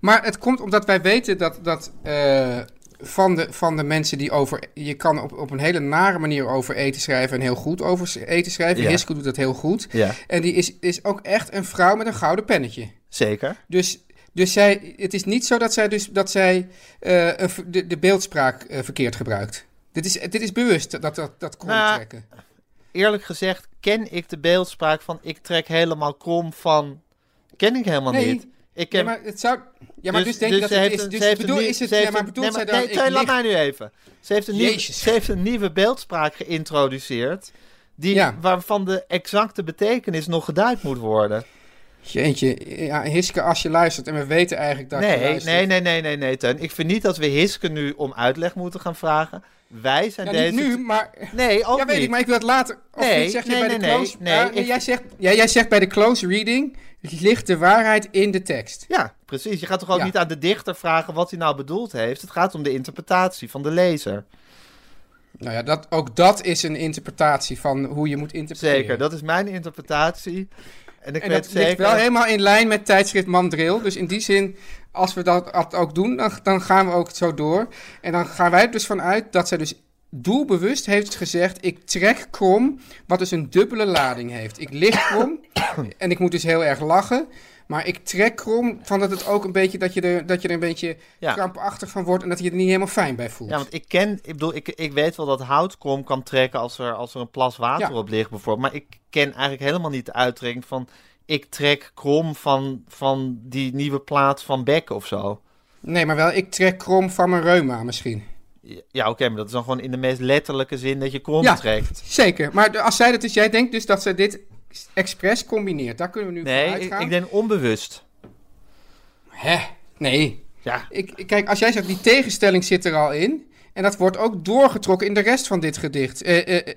Maar het komt omdat wij weten dat, dat eh, van, de, van de mensen die over... Je kan op, op een hele nare manier over eten schrijven en heel goed over s- eten schrijven.
Ja.
Hisko doet dat heel goed.
Ja.
En die is, is ook echt een vrouw met een gouden pennetje.
Zeker.
Dus, dus zij, het is niet zo dat zij, dus, dat zij eh, een ver- de, de beeldspraak eh, verkeerd gebruikt. Dit is, dit is bewust dat dat, dat, dat komt
Nou ja,
trekken.
Eerlijk gezegd ken ik de beeldspraak van ik trek helemaal krom van, ken ik helemaal
Nee.
niet. Ik
Ja,
ken,
maar het zou... Ja, maar dus, denk je dat
ze
het
heeft
is...
een-
Dus
ze heeft
bedoel,
een nieuw-
is het...
ze
Ja,
heeft
maar
een-
bedoelt
nee,
zij
maar-
dan...
nee,
ik
Teun, laat
lig-
mij nu even. Ze heeft een, nieuwe,
Jezus.
ze heeft een nieuwe beeldspraak geïntroduceerd... Die,
Ja.
waarvan de exacte betekenis nog geduid moet worden.
Jeetje, ja, Hiske, als je luistert, en we weten eigenlijk dat je
Nee,
luistert.
nee, nee, nee, nee, nee, Teun. Ik vind niet dat we Hiske nu om uitleg moeten gaan vragen. Wij zijn
Ja,
deze...
niet nu, maar...
Nee, ook
ja, weet
niet.
ik, maar ik wil het later. Of
Nee,
niet, zeg je
nee,
bij de
nee, nee,
close...
nee,
ah, nee,
ik-
jij, zegt, ja, jij zegt bij de close reading, ligt de waarheid in de tekst.
Ja, precies. Je gaat toch ook
Ja.
niet aan de dichter vragen wat hij nou bedoeld heeft. Het gaat om de interpretatie van de lezer.
Nou ja, dat, ook dat is een interpretatie van hoe je moet interpreteren.
Zeker, dat is mijn interpretatie. En ik
en
weet
dat
zeker...
ligt wel helemaal in lijn met tijdschrift Mandril. Dus in die zin, als we dat, dat ook doen, dan, dan gaan we ook zo door. En dan gaan wij er dus vanuit dat zij dus doelbewust heeft gezegd... ik trek krom, wat dus een dubbele lading heeft. Ik lig krom en ik moet dus heel erg lachen... Maar ik trek krom van dat het ook een beetje dat je er, dat je er een beetje
Ja.
krampachtig van wordt en dat je er niet helemaal fijn bij voelt.
Ja, want ik ken, ik bedoel, ik, ik weet wel dat houtkrom kan trekken als er, als er een plas water
Ja.
op ligt bijvoorbeeld. Maar ik ken eigenlijk helemaal niet de uitdrukking van ik trek krom van, van die nieuwe plaat van Beck of zo.
Nee, maar wel ik trek krom van mijn reuma misschien.
Ja, oké, maar dat is dan gewoon in de meest letterlijke zin dat je krom
Ja.
trekt.
Zeker. Maar de- als zij dat dus, jij denkt dus dat zij dit expres combineert. Daar kunnen we nu
Nee,
van
ik,
uitgaan.
ik denk onbewust.
Hè? Nee.
Ja,
Ik, ik- kijk, als jij zegt, die tegenstelling zit er al in. En dat wordt ook doorgetrokken in de rest van dit gedicht. Eh, eh, eh,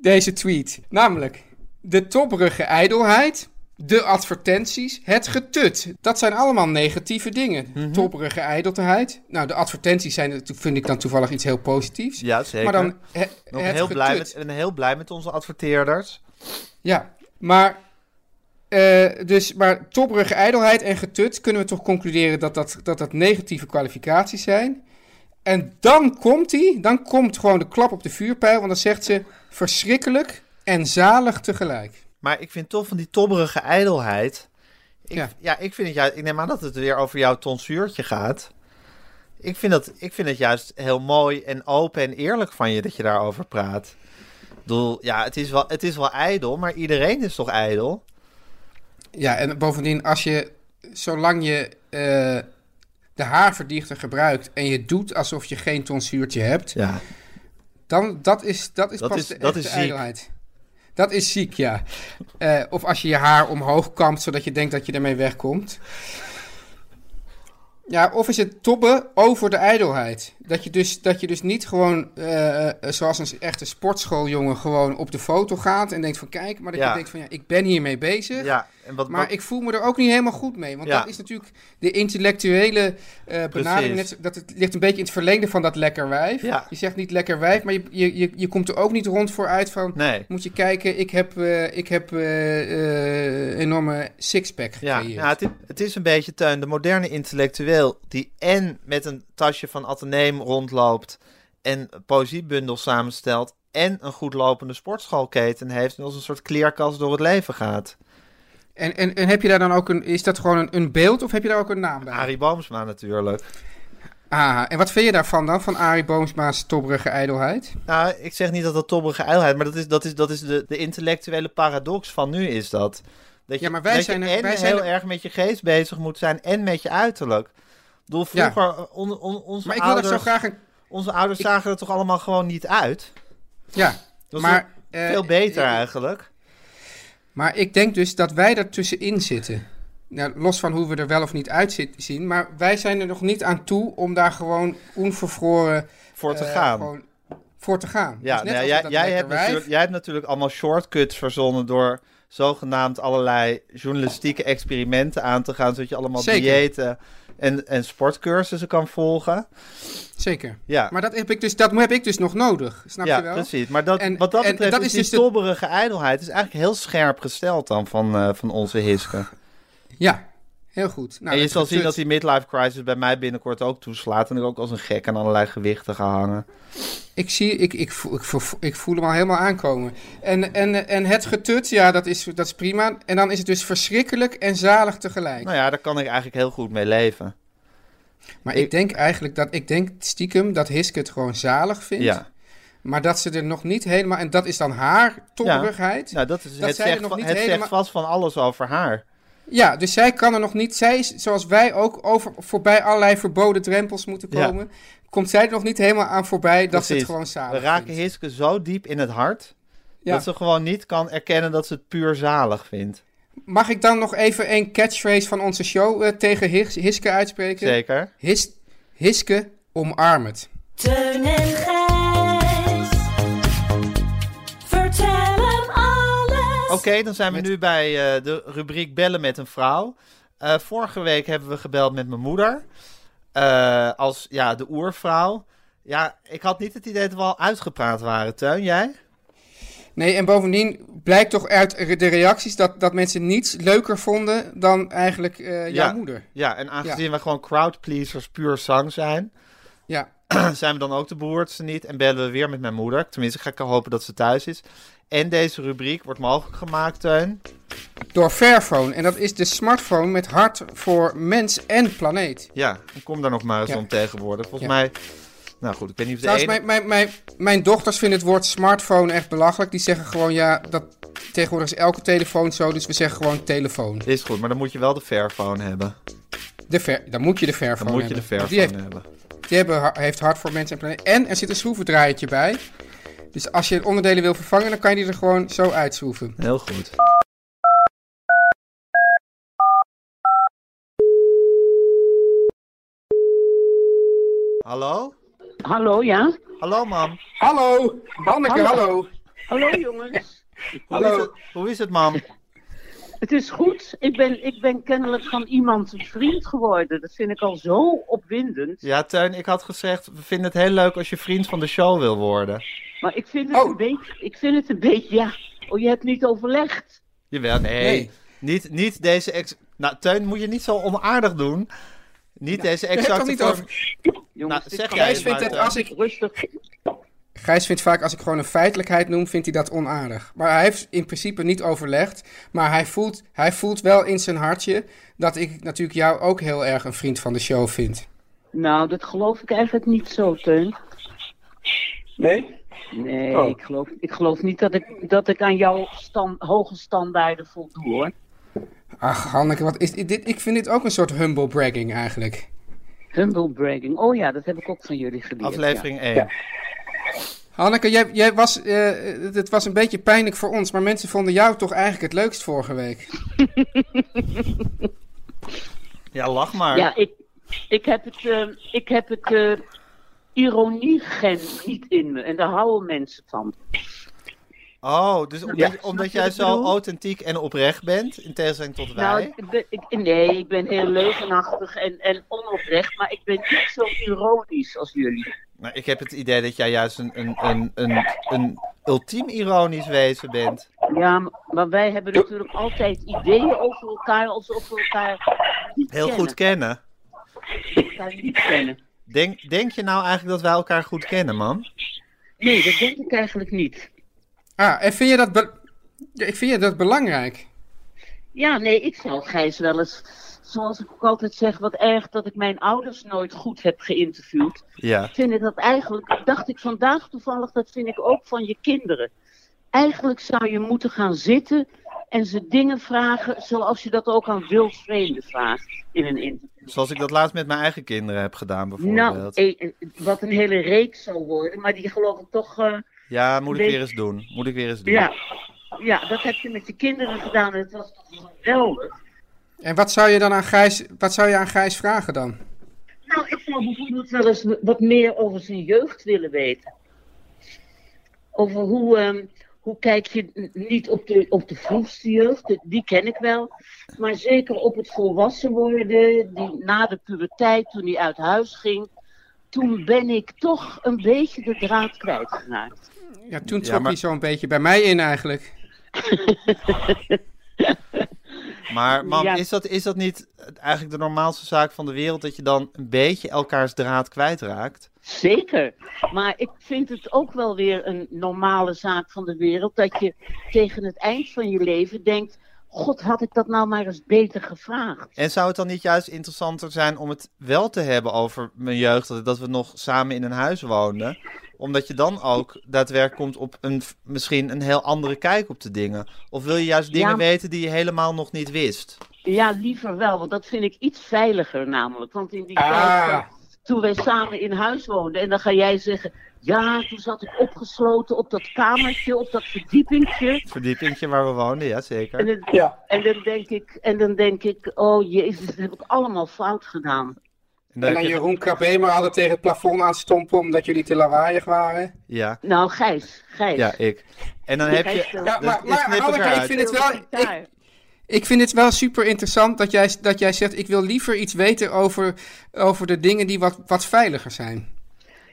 deze tweet. Namelijk, de toprugge ijdelheid de advertenties, het getut. Dat zijn allemaal negatieve dingen.
Mhm.
Topperige ijdelheid. Nou, de advertenties zijn, natuurlijk- vind ik dan toevallig iets heel positiefs.
Ja, zeker.
Maar dan he-
Nog
het
heel blij met,
getut.
en heel blij met onze adverteerders.
Ja, maar, eh, dus, maar topperige ijdelheid en getut kunnen we toch concluderen dat dat, dat, dat negatieve kwalificaties zijn. En dan komt die, dan komt gewoon de klap op de vuurpijl, want dan zegt ze verschrikkelijk en zalig tegelijk.
Maar ik vind toch van die tobberige ijdelheid. Ik, ja.
Ja.
ik vind het juist. Ik neem aan dat het weer over jouw tonsuurtje gaat. Ik vind, dat, ik vind het juist heel mooi en open en eerlijk van je dat je daarover praat. Ik bedoel, ja, het is wel, het is wel ijdel, maar iedereen is toch ijdel?
Ja, en bovendien, als je, zolang je eh, de haarverdichter gebruikt en je doet alsof je geen tonsuurtje hebt,
Ja.
dan dat is dat is
Dat
pas
is-
de
dat
echte
is ziek.
ijdelheid. Dat is ziek, ja. Eh, of als je je haar omhoog kampt zodat je denkt dat je ermee wegkomt. Ja, of is het tobben over de ijdelheid? Dat je dus, dat je dus niet gewoon, eh, eh, zoals een echte sportschooljongen, gewoon op de foto gaat en denkt van kijk, maar dat
Ja.
je denkt van ja, ik ben hiermee bezig.
ja en wat,
Maar
wat-
ik voel me er ook niet helemaal goed mee. Want
Ja.
dat is natuurlijk de intellectuele eh benadering.
Precies.
Net, dat het ligt een beetje in het verlengde van dat lekker wijf.
Ja.
Je zegt niet lekker wijf, maar je, je, je, je komt er ook niet rond voor uit van...
Nee.
Moet je kijken, ik heb, eh, ik heb eh, eh, enorme sixpack
Ja,
gecreëerd.
ja het, i- het is een beetje, Teun, de moderne intellectueel die en met een tasje van Atheneum rondloopt en poëziebundels samenstelt en een goed lopende sportschoolketen heeft en als een soort kleerkast door het leven gaat.
en, en, en heb je daar dan ook een... Is dat gewoon een, een beeld of heb je daar ook een naam bij?
Arie Boomsma natuurlijk.
Ah, en wat vind je daarvan dan? Van Arie Boomsma's tobberige ijdelheid?
Nou, ik zeg niet dat dat tobberige ijlheid, maar dat is, dat is, dat is de, de intellectuele paradox van nu is dat. dat je,
Ja, maar wij
dat
zijn
je
er-
en
wij zijn
heel
er-
erg met je geest bezig moet zijn en met je uiterlijk. Ik bedoel,
Ja.
vroeger, eh, on, on- onze,
Maar ik wil
ouders,
dat zo graag een...
onze ouders zagen er toch allemaal gewoon niet uit?
Ja,
Dat is
maar... eh,
Veel beter
eh,
eigenlijk.
Maar ik denk dus dat wij daartussenin zitten. Nou, los van hoe we er wel of niet uitzien. Maar wij zijn er nog niet aan toe om daar gewoon onvervroren
Voor te
eh,
gaan.
gewoon voor te gaan.
ja,
Dus net
nou ja,
als
jij,
dat
jij
lekker
hebt
wijf-
natuurlijk, jij hebt natuurlijk allemaal shortcuts verzonnen door zogenaamd allerlei journalistieke experimenten aan te gaan, zodat je allemaal
Zeker.
diëten en, en sportcursussen kan volgen.
Zeker.
Ja.
Maar dat heb, ik dus, dat heb ik dus nog nodig. Snap
ja,
je wel?
precies. Maar dat,
En-
wat dat
en
betreft
dat
is,
is
die
dus de-
tobberige ijdelheid is eigenlijk heel scherp gesteld dan van, eh, van onze Hiske.
Ja, heel goed. Nou,
en je
dat
zal zien
getut-
dat die midlife crisis bij mij binnenkort ook toeslaat en ik ook als een gek aan allerlei gewichten ga hangen.
Ik zie, ik, ik, voel, ik, voel, ik voel hem al helemaal aankomen. En, en, en het getut, ja, dat is, dat is prima. En dan is het dus verschrikkelijk en zalig tegelijk.
Nou ja, daar kan ik eigenlijk heel goed mee leven.
Maar
Ik-
ik denk eigenlijk dat ik denk stiekem dat Hiske het gewoon zalig vindt.
Ja.
Maar dat ze er nog niet helemaal. En dat is dan haar tobberigheid. Ja.
Nou, dat is,
Dat
het
zij er
zegt,
nog
va-
niet
het zegt
helemaal-
vast van alles over haar.
dus zij kan er nog niet. Zij is, zoals wij ook over, voorbij allerlei verboden drempels moeten
Ja.
komen. Komt zij er nog niet helemaal aan voorbij dat ze het
Precies.
gewoon
We
zalig
raken
vindt.
Hiske zo diep in het hart
Ja.
dat ze gewoon niet kan erkennen dat ze het puur zalig vindt.
Mag ik dan nog even een catchphrase van onze show eh, tegen His- Hiske uitspreken?
Zeker.
His- Hiske, omarm het.
Teun en Gijs. Vertel hem alles.
Oké, dan zijn we nu bij eh, de rubriek Bellen met een vrouw. Eh, vorige week hebben we gebeld met mijn moeder. eh, als ja, de oervrouw. Ja, ik had niet het idee dat we al uitgepraat waren, Teun. Jij?
Nee, en bovendien blijkt toch uit de reacties dat, dat mensen niets leuker vonden dan eigenlijk eh, jouw
Ja.
moeder.
Ja, en aangezien we gewoon crowdpleasers puur zang zijn,
Ja,
zijn we dan ook de beroerdste niet en bellen we weer met mijn moeder. Tenminste, ga ik hopen dat ze thuis is. En deze rubriek wordt mogelijk gemaakt, Teun.
door Fairphone. En dat is de smartphone met hart voor mens en planeet.
Ja, ik kom daar nog maar eens
Ja.
om tegenwoordig. Volgens
Ja.
mij... Nou goed, ik weet niet of de
Trouwens,
ene-
mijn, mijn, mijn, mijn dochters vinden het woord smartphone echt belachelijk. Die zeggen gewoon, ja, dat tegenwoordig is elke telefoon zo, dus we zeggen gewoon telefoon.
Is goed, maar dan moet je wel de Fairphone hebben.
De ver, dan moet je de Fairphone
Dan moet je
hebben.
de Fairphone
die heeft,
hebben.
die hebben, ha- heeft hart voor mens en planeet. En er zit een schroevendraaiertje bij. Dus als je onderdelen wil vervangen, dan kan je die er gewoon zo uitschroeven.
Heel goed. Hallo?
Hallo, ja?
Hallo, mam.
Hallo, Hanneke, hallo.
Hallo, jongens.
Hoe is het, hoe is het mam?
Het is goed. Ik ben, ik ben kennelijk van iemand een vriend geworden. Dat vind ik al zo opwindend.
Ja, Teun, ik had gezegd, we vinden het heel leuk als je vriend van de show wil worden.
Maar ik vind het,
Oh.
een, beetje, ik vind het een beetje, ja. Oh, je hebt niet overlegd.
Jawel, nee.
Nee.
Niet, niet deze ex... Nou, Teun, moet je niet zo onaardig doen. Niet
Nou,
deze
hebt
exacte
toch niet
vorm-
over-
Jongens,
Nou,
dit
zeg
kan
jij
Gijs
het
even
maar,
vindt het,
Teun.
als ik,
Rustig.
Gijs vindt vaak, als ik gewoon een feitelijkheid noem, vindt hij dat onaardig. Maar hij heeft in principe niet overlegd. Maar hij voelt, hij voelt wel in zijn hartje dat ik natuurlijk jou ook heel erg een vriend van de show vind.
Nou, dat geloof ik eigenlijk niet zo, Teun.
Nee?
Nee,
Oh.
ik, geloof, ik geloof niet dat ik, dat ik aan jouw stan- hoge standaarden voldoe, hoor.
Ach, Hanneke, wat is dit? Ik vind dit ook een soort humble bragging eigenlijk.
Humble bragging. Oh ja, dat heb ik ook van jullie geleerd.
Aflevering 1.
Hanneke, jij, jij was, eh, het- het was een beetje pijnlijk voor ons, maar mensen vonden jou toch eigenlijk het leukst vorige week.
Ja, lach
Ja,
maar.
ja ik, ik heb het, eh, ik heb het eh, ironie-gen niet in me. En daar houden mensen van.
Oh, dus omdat,
snap
omdat
je
jij
wat ik
zo
bedoel?
authentiek en oprecht bent, in tegenstelling tot wij.
Nou, ik ben, ik, nee, ik ben heel leugenachtig en, en onoprecht, maar ik ben niet zo ironisch als jullie.
Maar Nou, ik heb het idee dat jij juist een, een, een, een, een ultiem ironisch wezen bent.
Ja, m- maar wij hebben natuurlijk altijd ideeën over elkaar, alsof we elkaar niet
Heel
kennen.
goed kennen.
elkaar niet kennen.
Denk, denk je nou eigenlijk dat wij elkaar goed kennen, man?
Nee, dat denk ik eigenlijk niet.
Ah, en vind je dat, be- Ja, ik vind je dat belangrijk?
Ja, nee, ik zou Gijs wel eens, zoals ik ook altijd zeg, wat erg dat ik mijn ouders nooit goed heb geïnterviewd.
Ja.
vind ik dat eigenlijk, dacht ik vandaag toevallig, dat vind ik ook van je kinderen. Eigenlijk zou je moeten gaan zitten en ze dingen vragen zoals je dat ook aan wildvreemden vraagt in een interview.
Zoals ik dat laatst met mijn eigen kinderen heb gedaan,
Nou,
bijvoorbeeld.
eh, eh, wat een hele reeks zou worden, maar die geloof ik toch... eh,
ja, moet ik
weet-
weer eens doen. Moet ik weer eens doen.
ja, ja, dat heb je met je kinderen gedaan en het was toch geweldig.
En wat zou je dan aan Gijs, wat zou je aan Gijs vragen dan?
Nou, ik zou bijvoorbeeld wel eens wat meer over zijn jeugd willen weten. Over hoe, ehm, hoe kijk je n- niet op de, op de vroegste jeugd, de- die ken ik wel. Maar zeker op het volwassen worden, die, na de puberteit, toen hij uit huis ging. Toen ben ik toch een beetje de draad kwijtgeraakt.
Ja, toen trok
maar-
hij zo'n beetje bij mij in eigenlijk.
Maar mam,
Ja.
is, dat, is dat niet eigenlijk de normaalste zaak van de wereld? Dat je dan een beetje elkaars draad kwijtraakt?
Zeker. Maar ik vind het ook wel weer een normale zaak van de wereld. Dat je tegen het eind van je leven denkt: God, had ik dat nou maar eens beter gevraagd?
En zou het dan niet juist interessanter zijn om het wel te hebben over mijn jeugd? dat- Dat we nog samen in een huis woonden. Omdat je dan ook daadwerkelijk komt op een, f- misschien een heel andere kijk op de dingen. Of wil je juist dingen
Ja.
weten die je helemaal nog niet wist?
Ja, liever wel, want dat vind ik iets veiliger namelijk. Want in die
Ah.
tijd, van- toen wij samen in huis woonden, en dan ga jij zeggen... Ja, toen zat ik opgesloten op dat kamertje, op dat verdiepingtje.
Het verdiepingtje waar we woonden, ja
En
zeker.
dan,
Eh,
Ja.
en dan, denk, ik, en dan denk ik, oh jezus, dat heb ik allemaal fout gedaan.
En dan
En dan
heb je-
Jeroen Krabbe maar hadden tegen het plafond aan stompen omdat jullie te lawaaiig waren.
Ja,
Nou, Gijs, Gijs.
ja, ik. En dan
Die
heb
Gijs,
je...
eh,
Ja,
Dus
maar,
het
maar
knippen
Hanneke, ik
eruit.
vind het wel...
speelt
Ik,
gitaar.
Ik vind het wel super interessant dat jij, dat jij zegt: ik wil liever iets weten over, over de dingen die wat, wat veiliger zijn.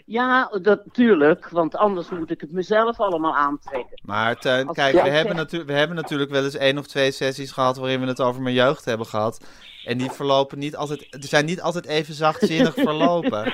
Ja, dat, tuurlijk, want anders moet ik het mezelf allemaal aantrekken.
Maar Teun,
Als-
kijk,
Ja,
we,
ik
hebben
zeg-
natu- we hebben natuurlijk wel eens één of twee sessies gehad waarin we het over mijn jeugd hebben gehad. En die verlopen niet altijd, die zijn niet altijd even zachtzinnig verlopen.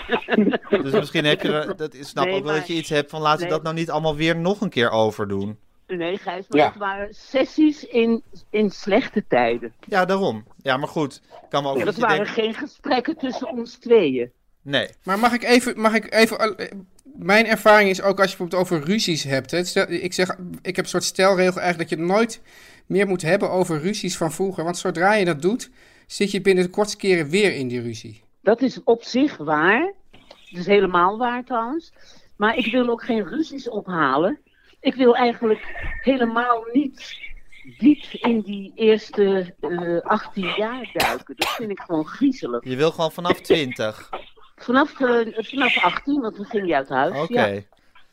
Dus misschien heb je, er- dat is, snap
Nee,
ook wel
maar-
dat je iets hebt van laten we
nee.
dat nou niet allemaal weer nog een keer overdoen.
Nee, Gijs, maar
Ja.
het waren sessies in, in slechte tijden.
Ja, dus daarom. Ja, maar goed. Ik Kan me ook
Dat
niet
waren geen gesprekken tussen ons tweeën.
Nee.
Maar mag ik even. Mag ik even eh, mijn ervaring is ook als je bijvoorbeeld over ruzies hebt. Hè, stel- ik, zeg, ik heb een soort stelregel eigenlijk dat je het nooit meer moet hebben over ruzies van vroeger. Want zodra je dat doet, zit je binnen de kortste keren weer in die ruzie.
Dat is op zich waar. Dat is helemaal waar trouwens. Maar ik wil ook geen ruzies ophalen. Ik wil eigenlijk helemaal niet diep in die eerste eh 18 jaar duiken. Dat vind ik gewoon griezelig.
Je wil gewoon vanaf 20.
Vanaf, eh, vanaf 18, want toen ging je uit huis.
Oké.
Ja.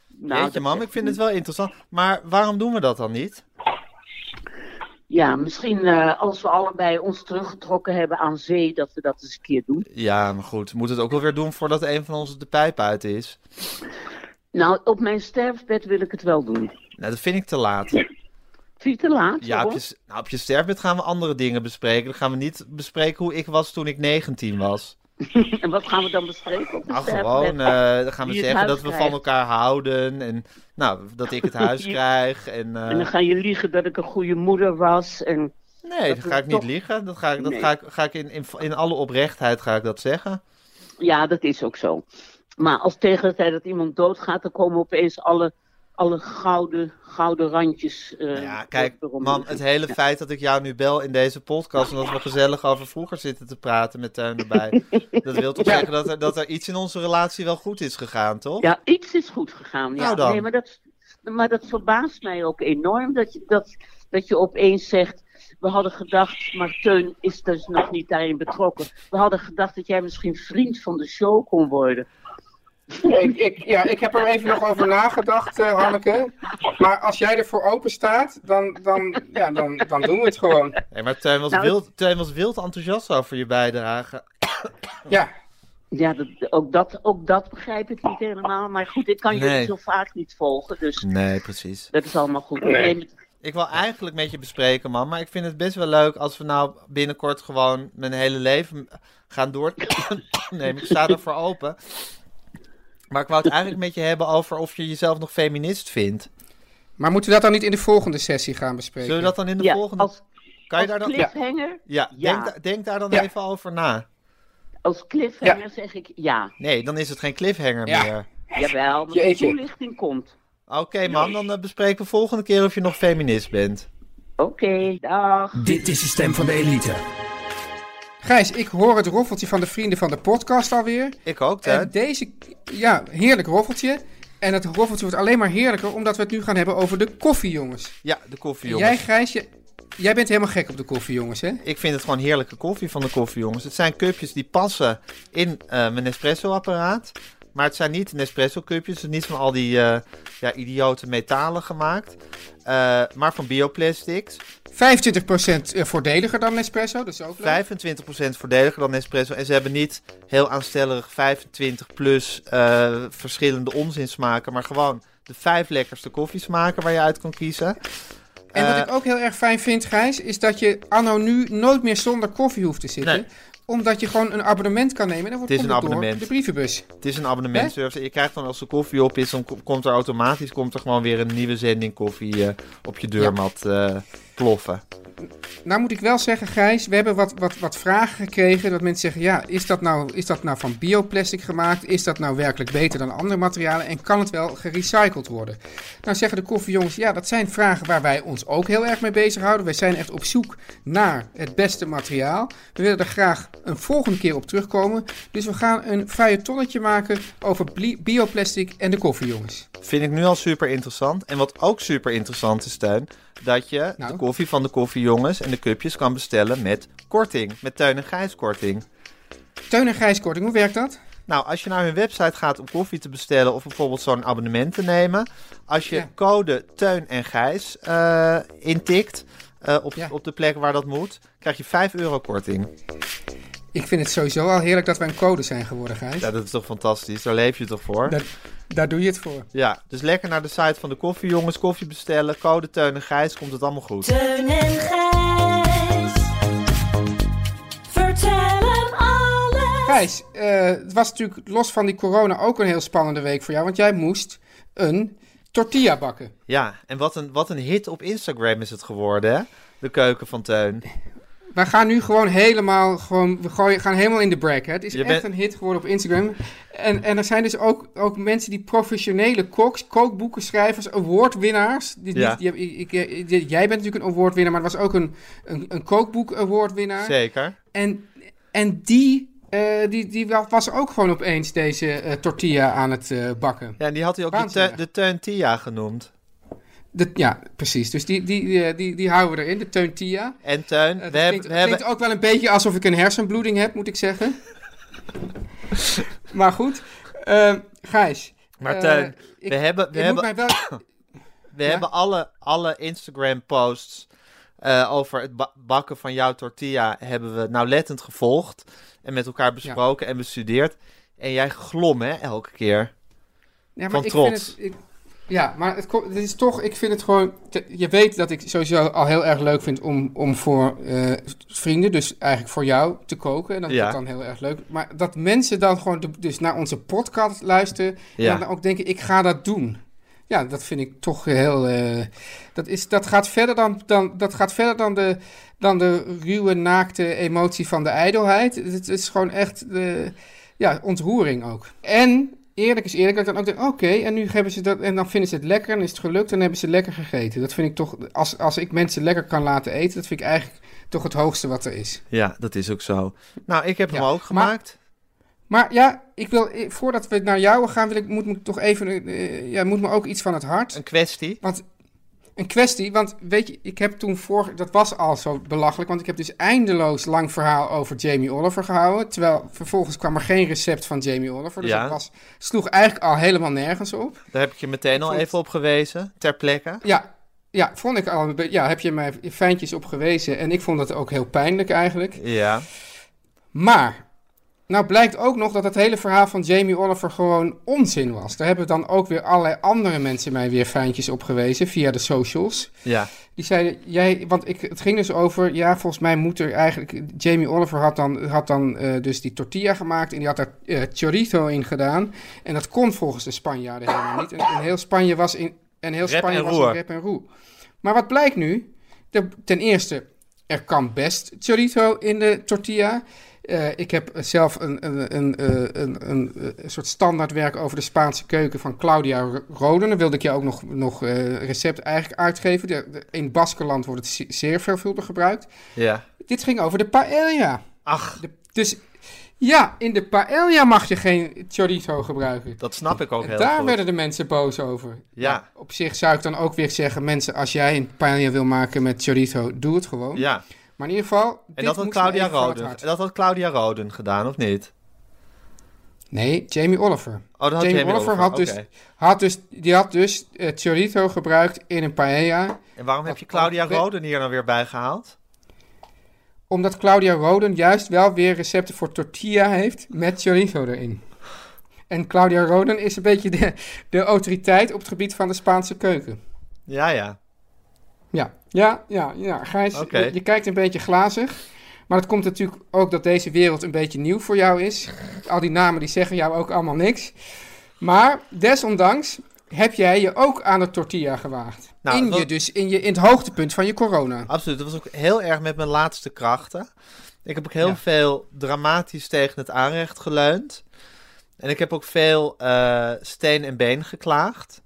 Nou,
Jeetje,
dat-
mam, ik vind het wel interessant. Maar waarom doen we dat dan niet?
Ja, misschien eh, als we allebei ons teruggetrokken hebben aan zee, dat we dat eens een keer doen.
Ja, maar goed. Moet het ook wel weer doen voordat een van ons de pijp uit is.
Nou, op mijn sterfbed wil ik het wel doen.
Nou, dat vind ik te laat.
Vind je te laat?
Ja, op
waarom?
je, s- nou, op je sterfbed gaan we andere dingen bespreken. Dan gaan we niet bespreken hoe ik was toen ik 19 was.
En wat gaan we dan bespreken op de
Nou,
sterfbed?
gewoon, eh, dan gaan we
Wie het
zeggen dat
huis
we van
krijgt.
elkaar houden. En nou, dat ik het huis
Ja.
krijg. En, eh,
En dan ga je liegen dat ik een goede moeder was. En
nee, dat
we
ga ik niet
toch-
liegen. Dat ga ik, dat
Nee.
ga ik, ga ik in, in, in alle oprechtheid ga ik dat zeggen.
Ja, dat is ook zo. Maar als tegen de tijd dat iemand doodgaat, dan komen opeens alle, alle gouden, gouden randjes. eh,
Ja, kijk,
erom.
man, het hele feit dat ik jou nu bel in deze podcast... en dat we gezellig over vroeger zitten te praten met Teun erbij... dat wil toch zeggen dat er, dat er iets in onze relatie wel goed is gegaan, toch?
Ja, iets is goed gegaan. Ja.
Nou dan.
Nee, maar, dat, maar dat verbaast mij ook enorm dat je, dat, dat je opeens zegt. We hadden gedacht, maar Teun is dus nog niet daarin betrokken. We hadden gedacht dat jij misschien vriend van de show kon worden.
Ja, ik, ik, ja, ik heb er even nog over nagedacht, eh, Hanneke. Maar als jij ervoor open staat, dan, dan, ja, dan, dan doen we het gewoon.
Nee, maar Teun was,
Nou, het-
wild, Teun was wild enthousiast over je bijdrage.
Ja,
Ja, dat, ook, dat, ook dat begrijp ik niet helemaal. Maar goed, ik kan
Nee.
jullie zo vaak niet volgen. Dus
Nee, precies.
dat is allemaal goed.
Nee.
Nee,
Ik wil eigenlijk met je bespreken, man. Maar ik vind het best wel leuk als we nou binnenkort gewoon mijn hele leven gaan door. nee, maar ik sta ervoor open. Maar ik wou het eigenlijk met je hebben over of je jezelf nog feminist vindt.
maar moeten we dat dan niet in de volgende sessie gaan bespreken?
Zullen we dat dan in de
ja,
volgende...
als,
kan je
als
daar dan...
cliffhanger,
Ja,
Ja.
Denk, da- denk daar dan
Ja.
even over na.
als cliffhanger zeg ik ja.
Nee, dan is het geen cliffhanger
Ja.
meer.
Jawel, maar de
Jeetje.
toelichting komt.
Oké, man. Dan eh, bespreken we volgende keer of je nog feminist bent.
Oké, dag.
Dit is de stem van de elite.
Gijs, ik hoor het roffeltje van de vrienden van de podcast alweer.
Ik ook, hè?
En Eh, deze, ja, heerlijk roffeltje. En het roffeltje wordt alleen maar heerlijker omdat we het nu gaan hebben over de koffie, jongens.
Ja, de koffie,
En
jongens.
Jij, Gijs, je- jij bent helemaal gek op de koffie, jongens, hè?
Ik vind het gewoon heerlijke koffie van de koffie, jongens. Het zijn cupjes die passen in eh, mijn Nespresso-apparaat. Maar het zijn niet Nespresso-cupjes. Het is niet van al die eh, ja, idiote metalen gemaakt. Eh, maar van bioplastics.
25% eh, voordeliger dan Nespresso, dat is ook leuk.
25% voordeliger dan Nespresso. En ze hebben niet heel aanstellerig 25 plus eh, verschillende onzinsmaken. Maar gewoon de vijf lekkerste koffiesmaken waar je uit kan kiezen.
En wat
Eh,
ik ook heel erg fijn vind, Gijs, is dat je anno nu nooit meer zonder koffie hoeft te zitten.
Nee.
Omdat je gewoon een abonnement kan nemen en dan wordt
Het is een
komt door
abonnement.
de brievenbus.
Het is een abonnementservice. Je krijgt dan als de koffie op is, dan ko- komt er automatisch komt er gewoon weer een nieuwe zending koffie eh, op je deurmat eh, ploffen.
Nou moet ik wel zeggen, Gijs, we hebben wat, wat, wat vragen gekregen. Dat mensen zeggen, ja, is dat, nou, is dat nou van bioplastic gemaakt? Is dat nou werkelijk beter dan andere materialen? En kan het wel gerecycled worden? Nou zeggen de koffiejongens, ja, dat zijn vragen waar wij ons ook heel erg mee bezighouden. Wij zijn echt op zoek naar het beste materiaal. We willen er graag een volgende keer op terugkomen. Dus we gaan een feuilletonnetje maken over bli- bioplastic en de koffiejongens.
Vind ik nu al super interessant. En wat ook super interessant is, Tuin, dat je
Nou?
de koffie van de koffiejongens en de cupjes kan bestellen met korting. Met Tuin en Gijs korting.
Teun en Gijs Korting, hoe werkt dat?
Nou, als je naar hun website gaat om koffie te bestellen of bijvoorbeeld zo'n abonnement te nemen. Als je
Ja.
code Teun en Gijs eh, intikt eh, op,
Ja.
op de plek waar dat moet, krijg je 5 euro korting.
Ik vind het sowieso al heerlijk dat wij een code zijn geworden, Gijs.
Ja, dat is toch fantastisch? Daar leef je toch voor?
Daar, daar doe je het voor.
Ja, dus lekker naar de site van de koffie, jongens. Koffie bestellen, code Teun en Gijs, komt het allemaal goed.
Teun en Gijs. Vertel hem alles.
Gijs, eh, het was natuurlijk los van die corona ook een heel spannende week voor jou, want jij moest een tortilla bakken.
Ja, en wat een, wat een hit op Instagram is het geworden, hè? De keuken van Teun.
Wij gaan nu gewoon helemaal, gewoon, we gooien- gaan helemaal in de break. Hè? Het is
Je
echt
bent-
een hit geworden op Instagram. En, en er zijn dus ook, ook mensen die professionele koks, kookboeken, schrijvers, awardwinnaars. Die,
Ja.
niet- die, hebben- ik- ik- die- jij bent natuurlijk een awardwinnaar, maar er was ook een, een, een kookboek awardwinnaar.
Zeker.
En, en die, eh, die, die was ook gewoon opeens deze eh, tortilla aan het eh, bakken.
Ja, en die had hij ook de,
Waanzinnig.
Teun- de Teun Tia genoemd.
De- ja, precies. Dus die, die, eh, die, die houden we erin, de Teuntia.
En Teun,
Eh,
we,
dat
hebben,
klinkt,
we hebben...
klinkt ook wel een beetje alsof ik een hersenbloeding heb, moet ik zeggen. maar goed, Eh, Gijs.
Maar
eh,
Teun,
ik-
we hebben... We
je
hebben
moet mij wel...
We hebben alle, alle Instagram-posts eh, over het ba- bakken van jouw tortilla hebben we nauwlettend gevolgd. En met elkaar besproken en bestudeerd. En jij glom, hè, elke keer.
Ja, maar
van
ik
trots.
Vind het, ik- ja, maar het, komt- het is toch, ik vind het gewoon. te- Je weet dat ik sowieso al heel erg leuk vind om, om voor eh, vrienden, dus eigenlijk voor jou, te koken. En dat
Ja.
is dan heel erg leuk. Maar dat mensen dan gewoon de- dus naar onze podcast luisteren.
Ja.
En dan ook denken: ik ga dat doen. Ja, dat vind ik toch heel. eh, dat, is, dat gaat verder dan, dan, dat gaat verder dan, de, dan de ruwe, naakte emotie van de ijdelheid. Het is gewoon echt. eh, ja, ontroering ook. En eerlijk is eerlijk, dat ik dan ook denk, oké, en nu hebben ze dat, en dan vinden ze het lekker en is het gelukt en hebben ze lekker gegeten. Dat vind ik toch, als, als ik mensen lekker kan laten eten, dat vind ik eigenlijk toch het hoogste wat er is.
Ja, dat is ook zo. Nou, ik heb hem
Ja,
ook
maar-
gemaakt.
Maar ja, ik wil, eh, voordat we naar jou gaan, wil ik, moet me toch even, eh, ja, moet me ook iets van het hart.
Een kwestie.
Want een kwestie, want weet je, ik heb toen vorig, dat was al zo belachelijk, want ik heb dus eindeloos lang verhaal over Jamie Oliver gehouden, terwijl vervolgens kwam er geen recept van Jamie Oliver, dus
Ja.
dat was, sloeg eigenlijk al helemaal nergens op.
Daar heb ik je meteen al
vond-
even op gewezen. Ter plekke.
Ja, ja, vond ik al. een be- Ja, heb je mij fijntjes op gewezen. En ik vond dat ook heel pijnlijk eigenlijk.
Ja.
Maar, nou blijkt ook nog dat het hele verhaal van Jamie Oliver gewoon onzin was. Daar hebben dan ook weer allerlei andere mensen mij weer fijntjes op gewezen via de socials.
Ja.
Die zeiden, jij, want ik, het ging dus over, ja, volgens mij moet er eigenlijk, Jamie Oliver had dan, had dan eh, dus die tortilla gemaakt en die had daar eh, chorizo in gedaan. En dat kon volgens de Spanjaarden helemaal niet. En, en heel Spanje was in, en heel
Rep
Spanje
en
was
roer.
in rep en roer. Maar wat blijkt nu? Er- ten eerste, er kan best chorizo in de tortilla. Eh, ik heb zelf een, een, een, eh, een, een, eh, een soort standaardwerk over de Spaanse keuken van Claudia R- Roden. Daar wilde ik je ook nog, nog eh, recept eigenlijk uitgeven. De- de- in Baskeland wordt het ze- zeer veelvuldig gebruikt.
Ja.
Dit ging over de paella.
Ach,
De- dus ja, in de paella mag je geen chorizo gebruiken.
dat snap ik ook
En
heel
daar
goed.
werden de mensen boos over.
Ja.
Op zich zou ik dan ook weer zeggen, mensen, als jij een paella wil maken met chorizo, doe het gewoon.
Ja.
Maar in ieder geval,
En
dit
dat had,
moest me
Claudia
even van het
Roden,
hart.
en dat had Claudia Roden gedaan, of niet?
Nee, Jamie Oliver.
Oh, dat had
Jamie,
Jamie
Oliver
Oliver,
had, dus,
oké.
had dus, die had dus eh, chorizo gebruikt in een paella.
En waarom heb
Dat
je Claudia
ook-
Roden hier nou weer bij gehaald?
Omdat Claudia Roden juist wel weer recepten voor tortilla heeft met chorizo erin. En Claudia Roden is een beetje de, de autoriteit op het gebied van de Spaanse keuken.
Ja, ja.
Ja, ja, ja, ja. Gijs,
Oké.
je, je kijkt een beetje glazig. Maar dat komt natuurlijk ook dat deze wereld een beetje nieuw voor jou is. Al die namen die zeggen jou ook allemaal niks. Maar desondanks heb jij je ook aan de tortilla gewaagd.
Nou,
in,
dat-
je, dus, in, je, in het hoogtepunt van je corona.
Absoluut. Dat was ook heel erg met mijn laatste krachten. Ik heb ook heel
Ja.
veel dramatisch tegen het aanrecht geleund. En ik heb ook veel eh, steen en been geklaagd.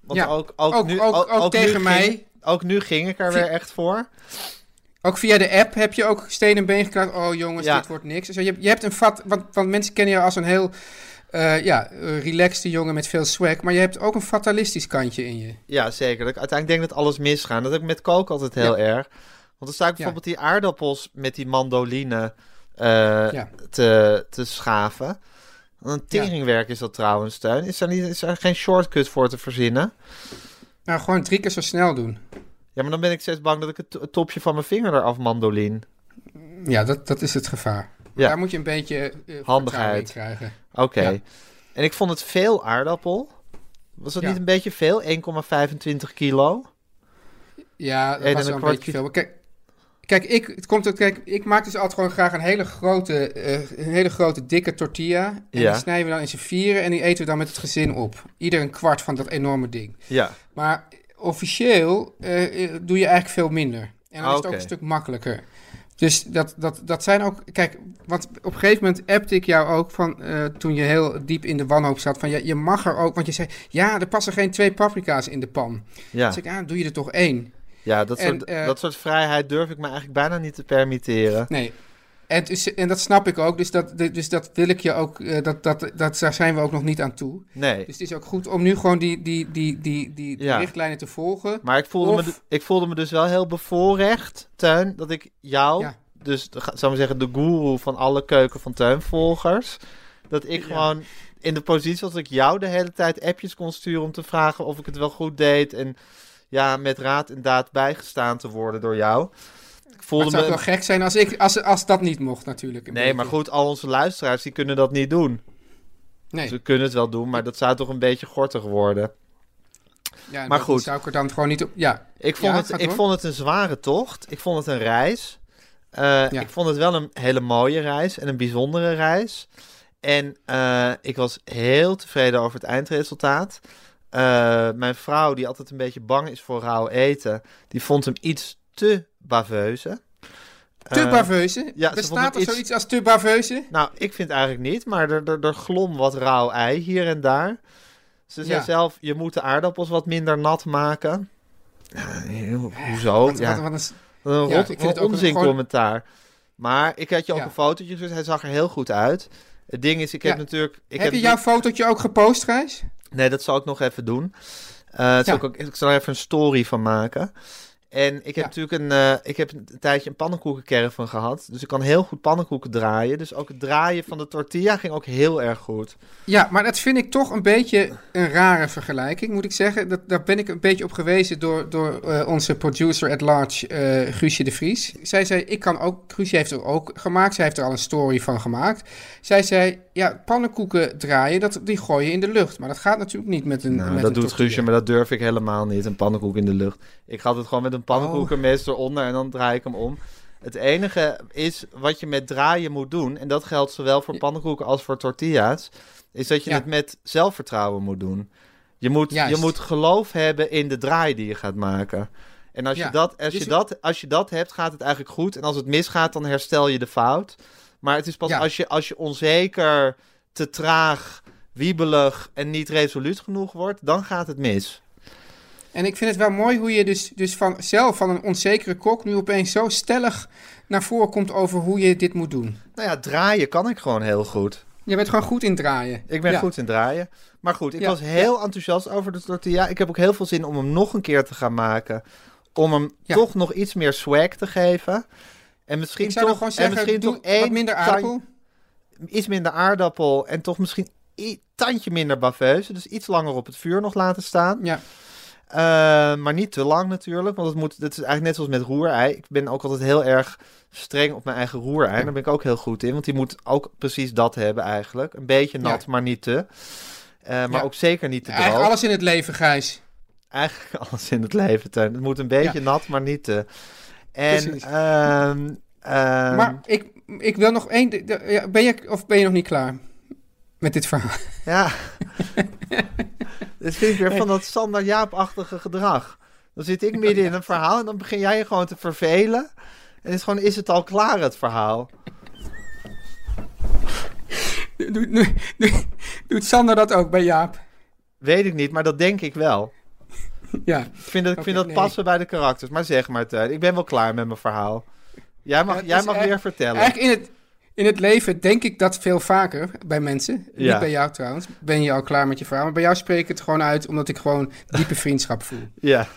Want
Ja.
ook, ook,
Ook-
nu,
ook- ook
nu
tegen
ging-
mij.
Ook nu ging ik er weer echt voor.
Ook via de app heb je ook steen en been geklaagd. Oh jongens,
Ja.
dit wordt niks. Dus je, hebt- je hebt een vat, want, want mensen kennen jou als een heel eh, ja, eh, relaxte jongen met veel swag. Maar je hebt ook een fatalistisch kantje in je.
Ja, zeker. Dat ik uiteindelijk denk dat alles misgaat. Dat heb ik met kook altijd heel erg. Want dan sta ik bijvoorbeeld die aardappels met die mandoline eh,
Ja.
te, te schaven. Wat Een teringwerk is dat trouwens, Steun. Is er, niet, is er geen shortcut voor te verzinnen?
Nou, gewoon drie keer zo snel doen.
Ja, maar dan ben ik steeds bang dat ik het, to- het topje van mijn vinger eraf mandolin.
Ja, dat, dat is het gevaar.
Ja.
Daar moet je een beetje eh,
Handigheid.
vertrouwen in krijgen.
Oké.
Ja.
En ik vond het veel aardappel. Was dat
Ja.
niet een beetje veel? 1,25 kilo?
Ja, dat
Eén en
was
een
wel een
kwart
beetje
kilo.
veel. Maar kijk, kijk, ik, het komt, ook- kijk, ik maak dus altijd gewoon graag een hele grote, eh, een hele grote dikke tortilla. En
Ja.
die snijden we dan in z'n vieren en die eten we dan met het gezin op. Ieder een kwart van dat enorme ding.
Ja.
Maar officieel eh, eh, doe je eigenlijk veel minder. En dan is het ook
Ah, Oké.
een stuk makkelijker. Dus dat, dat, dat zijn ook. Kijk, want op een gegeven moment appte ik jou ook van. eh, toen je heel diep in de wanhoop zat. van ja, je mag er ook. Want je zei. ja, er passen geen twee paprika's in de pan.
Ja,
Dus ik, ah, doe je er toch één?
ja dat,
En,
soort,
eh,
dat soort vrijheid durf ik me eigenlijk bijna niet te permitteren.
Nee. En, dus, en dat snap ik ook. Dus dat, dus dat wil ik je ook. eh, dat, dat, dat, daar zijn we ook nog niet aan toe.
Nee.
Dus het is ook goed om nu gewoon die, die, die, die, die, die
Ja.
richtlijnen te volgen.
Maar ik voelde, me,
Of-
ik voelde me dus wel heel bevoorrecht, Teun, dat ik jou,
Ja.
dus de- ga- zou ik maar zeggen de guru van alle keuken van Teunvolgers, dat ik gewoon in de positie was dat ik jou de hele tijd appjes kon sturen om te vragen of ik het wel goed deed en ja, met raad en daad bijgestaan te worden door jou. Ik
Maar het
voelde
zou
me...
toch wel gek zijn als, ik, als, als dat niet mocht natuurlijk. Een
Nee, maar
beetje.
goed, al onze luisteraars die kunnen dat niet doen.
Nee.
Ze kunnen het wel doen, maar dat zou toch een beetje gortig worden.
Ja, en
maar
dat
goed.
zou ik er dan gewoon niet op... Ja,
Ik vond,
Ja, ga
het, ik
door.
vond het een zware tocht. Ik vond het een reis. Eh,
Ja.
Ik vond het wel een hele mooie reis en een bijzondere reis. En eh, ik was heel tevreden over het eindresultaat. Eh, mijn vrouw, die altijd een beetje bang is voor rauw eten, die vond hem iets te baveuze.
Te
Eh,
baveuze?
ja, ze vond
Bestaat
het
er
iets-
zoiets als te baveuze?
Nou, ik vind eigenlijk niet, maar er, er, er glom wat rauw ei hier en daar. Ze zei
Ja.
zelf, je moet de aardappels wat minder nat maken. Ja, heel- hoezo?
Wat-
ja.
wat- wat een-
Een
Ja,
rot,
ik vind
een
het ook
onzin
gewoon-
commentaar. Maar ik had je ook
Ja.
een fotootje gestuurd. Hij zag er heel goed uit. Het ding is, ik heb
Ja.
natuurlijk... Ik
heb je jouw fotootje ook gepost, Gijs?
Nee, dat zal ik nog even doen. Eh, dat zal
Ja.
ik, ook, ik zal er even een story van maken. En ik heb
Ja.
natuurlijk een, eh, ik heb een tijdje een pannenkoekencaravan gehad. Dus ik kan heel goed pannenkoeken draaien. Dus ook het draaien van de tortilla ging ook heel erg goed.
Ja, maar dat vind ik toch een beetje een rare vergelijking, moet ik zeggen. Dat, daar ben ik een beetje op gewezen door, door eh, onze producer at large, eh Guusje de Vries. Zij zei, ik kan ook... Guusje heeft er ook gemaakt. Zij heeft er al een story van gemaakt. Zij zei, ja, pannenkoeken draaien, dat, die gooi je in de lucht. Maar dat gaat natuurlijk niet met een
Nou,
met
dat
een
doet
tortilla.
Guusje, maar dat durf ik helemaal niet. Een pannenkoek in de lucht. Ik had het gewoon
Oh.
met een pannenkoekenmes eronder en dan draai ik hem om. Het enige is wat je met draaien moet doen, en dat geldt zowel voor pannenkoeken als voor tortilla's, is dat je
Ja.
het met zelfvertrouwen moet doen. Je moet, je
Juist.
moet geloof hebben in de draai die je gaat maken. En als,
Ja,
je dat, als,
dus
je
je-
dat, als je dat hebt, gaat het eigenlijk goed. En als het misgaat, dan herstel je de fout. Maar het is pas
Ja.
als, je, als je onzeker, te traag, wiebelig en niet resoluut genoeg wordt, dan gaat het mis.
En ik vind het wel mooi hoe je dus, dus van, zelf van een onzekere kok nu opeens zo stellig naar voren komt over hoe je dit moet doen.
Nou ja, draaien kan ik gewoon heel goed.
Je bent gewoon goed in draaien.
Ik ben
Ja.
goed in draaien. Maar goed, ik
Ja.
was heel enthousiast over de tortilla. Ik heb ook heel veel zin om hem nog een keer te gaan maken. Om hem
Ja.
toch nog iets meer swag te geven. En misschien
Ik zou dan
toch,
gewoon
en
zeggen,
misschien
doe
toch
wat
één
minder
tandje-
aardappel.
iets minder aardappel en toch misschien i- tandje minder baveuze. Dus iets langer op het vuur nog laten staan.
Ja.
Eh, maar niet te lang natuurlijk, want het moet, dat is eigenlijk net zoals met roerei. Ik ben ook altijd heel erg streng op mijn eigen roerei. Daar ben ik ook heel goed in, want die moet ook precies dat hebben eigenlijk. Een beetje nat, maar niet te. Eh, maar
Ja.
ook zeker niet te droog.
Eigenlijk alles in het leven, Gijs.
Eigenlijk alles in het leven, Teun. Het moet een beetje nat, maar niet te. En,
Precies.
ehm, ehm,
maar ik, ik wil nog één... de- de- ja, Ben je, of ben je nog niet klaar met dit verhaal?
Ja. Dit vind ik weer van dat standaard Jaap-achtige gedrag. Dan zit ik midden in een verhaal en dan begin jij je gewoon te vervelen. En is gewoon, is het al klaar het verhaal?
Doe- doe- doe- doe- Doet Sander dat ook bij Jaap?
Weet ik niet, maar dat denk ik wel.
Ja.
Ik vind dat, ik
Oké,
vind dat
nee.
passen bij de karakters. Maar zeg maar, Teun, ik ben wel klaar met mijn verhaal. Jij mag,
Ja, het
jij
is
mag
echt-
weer vertellen.
Eigenlijk in het, in het leven denk ik dat veel vaker bij mensen.
Ja.
Niet bij jou trouwens. Ben je al klaar met je verhaal. Maar bij jou spreek ik het gewoon uit omdat ik gewoon diepe vriendschap voel.
Ja.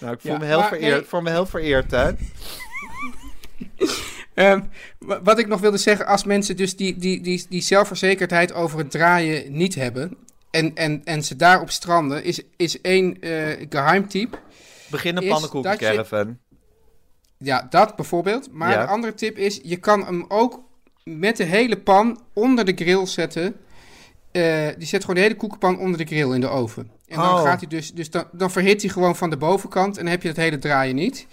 Nou, ik voel,
Ja,
me heel
maar
vereerd,
nee.
ik voel me heel vereerd, Teun.
Ehm, wa- wat ik nog wilde zeggen, als mensen dus die, die, die, die zelfverzekerdheid over het draaien niet hebben en, en, en ze daarop stranden, is, is één eh geheimtip.
Begin een
Is
pannenkoekencaravan.
Ja, dat bijvoorbeeld. Maar
Ja.
de andere tip is, je kan hem ook met de hele pan onder de grill zetten. Eh, die zet gewoon de hele koekenpan onder de grill in de oven. En dan
Oh.
gaat hij dus, dus dan, dan verhit hij gewoon van de bovenkant en dan heb je het hele draaien niet.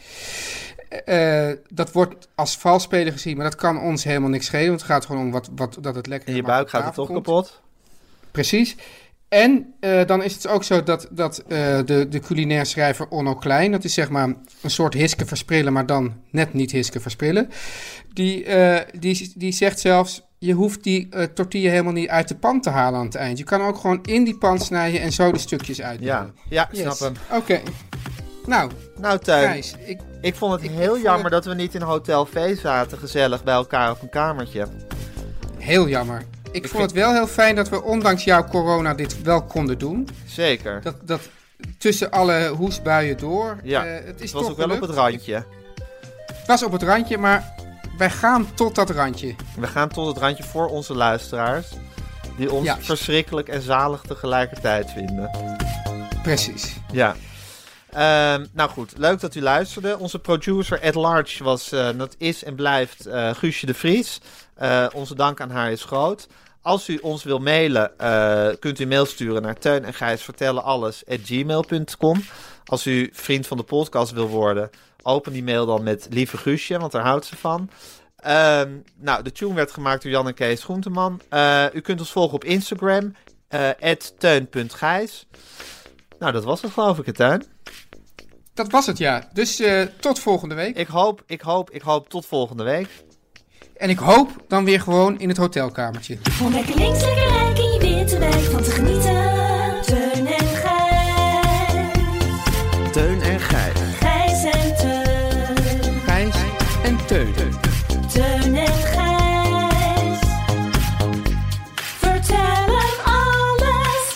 Eh, dat wordt als valspeler gezien, maar dat kan ons helemaal niks schelen. Want het gaat gewoon om wat, wat, dat het lekker
En je
makkelijk
buik gaat
op
er toch
tafel komt.
kapot.
Precies. En eh, dan is het ook zo dat, dat eh, de, de culinair schrijver Onno Klein, dat is zeg maar een soort Hiske Versprillen, maar dan net niet Hiske Versprillen, die, eh, die, die zegt zelfs, je hoeft die eh, tortilla helemaal niet uit de pan te halen aan het eind. Je kan ook gewoon in die pan snijden en zo de stukjes
Ja,
uitbrengen.
ja ik snap hem.
Oké. Nou,
Nou, Teun.
Gijs, ik,
Ik vond het
Ik- ik
heel
vond
jammer
het-
dat we niet in Hotel V zaten, gezellig bij elkaar op een kamertje.
heel jammer. Ik vond het wel heel fijn dat we ondanks jouw corona dit wel konden doen.
Zeker.
Dat, dat tussen alle hoesbuien door.
ja,
eh, het
het,
is
was
toch
ook wel op
gelukt.
het randje.
was op het randje, maar wij gaan tot dat randje.
We gaan tot het randje voor onze luisteraars, die ons
Ja.
verschrikkelijk en zalig tegelijkertijd vinden.
Precies.
Ja. Ehm, nou goed, leuk dat u luisterde. Onze producer at large was, eh, dat is en blijft eh, Guusje de Vries. Eh, onze dank aan haar is groot. Als u ons wil mailen, eh, kunt u mail sturen naar teun en gijs vertellen alles at gmail.com. Als u vriend van de podcast wil worden, open die mail dan met lieve Guusje, want daar houdt ze van. Ehm, nou, de tune werd gemaakt door Jan en Kees Groenteman. Eh, u kunt ons volgen op Instagram, eh teun.gijs. Nou, dat was het geloof ik, hè, Teun.
Dat was het, ja. Dus eh, tot volgende week.
Ik hoop, ik hoop, ik hoop tot volgende week.
En ik hoop dan weer gewoon in het hotelkamertje.
Om lekker links, lekker rijk in je witte wijk van te genieten. Teun en Gijs.
Teun en Gijs.
Gijs en Teun.
Gijs en Teun.
Teun en Gijs. Vertel hem alles.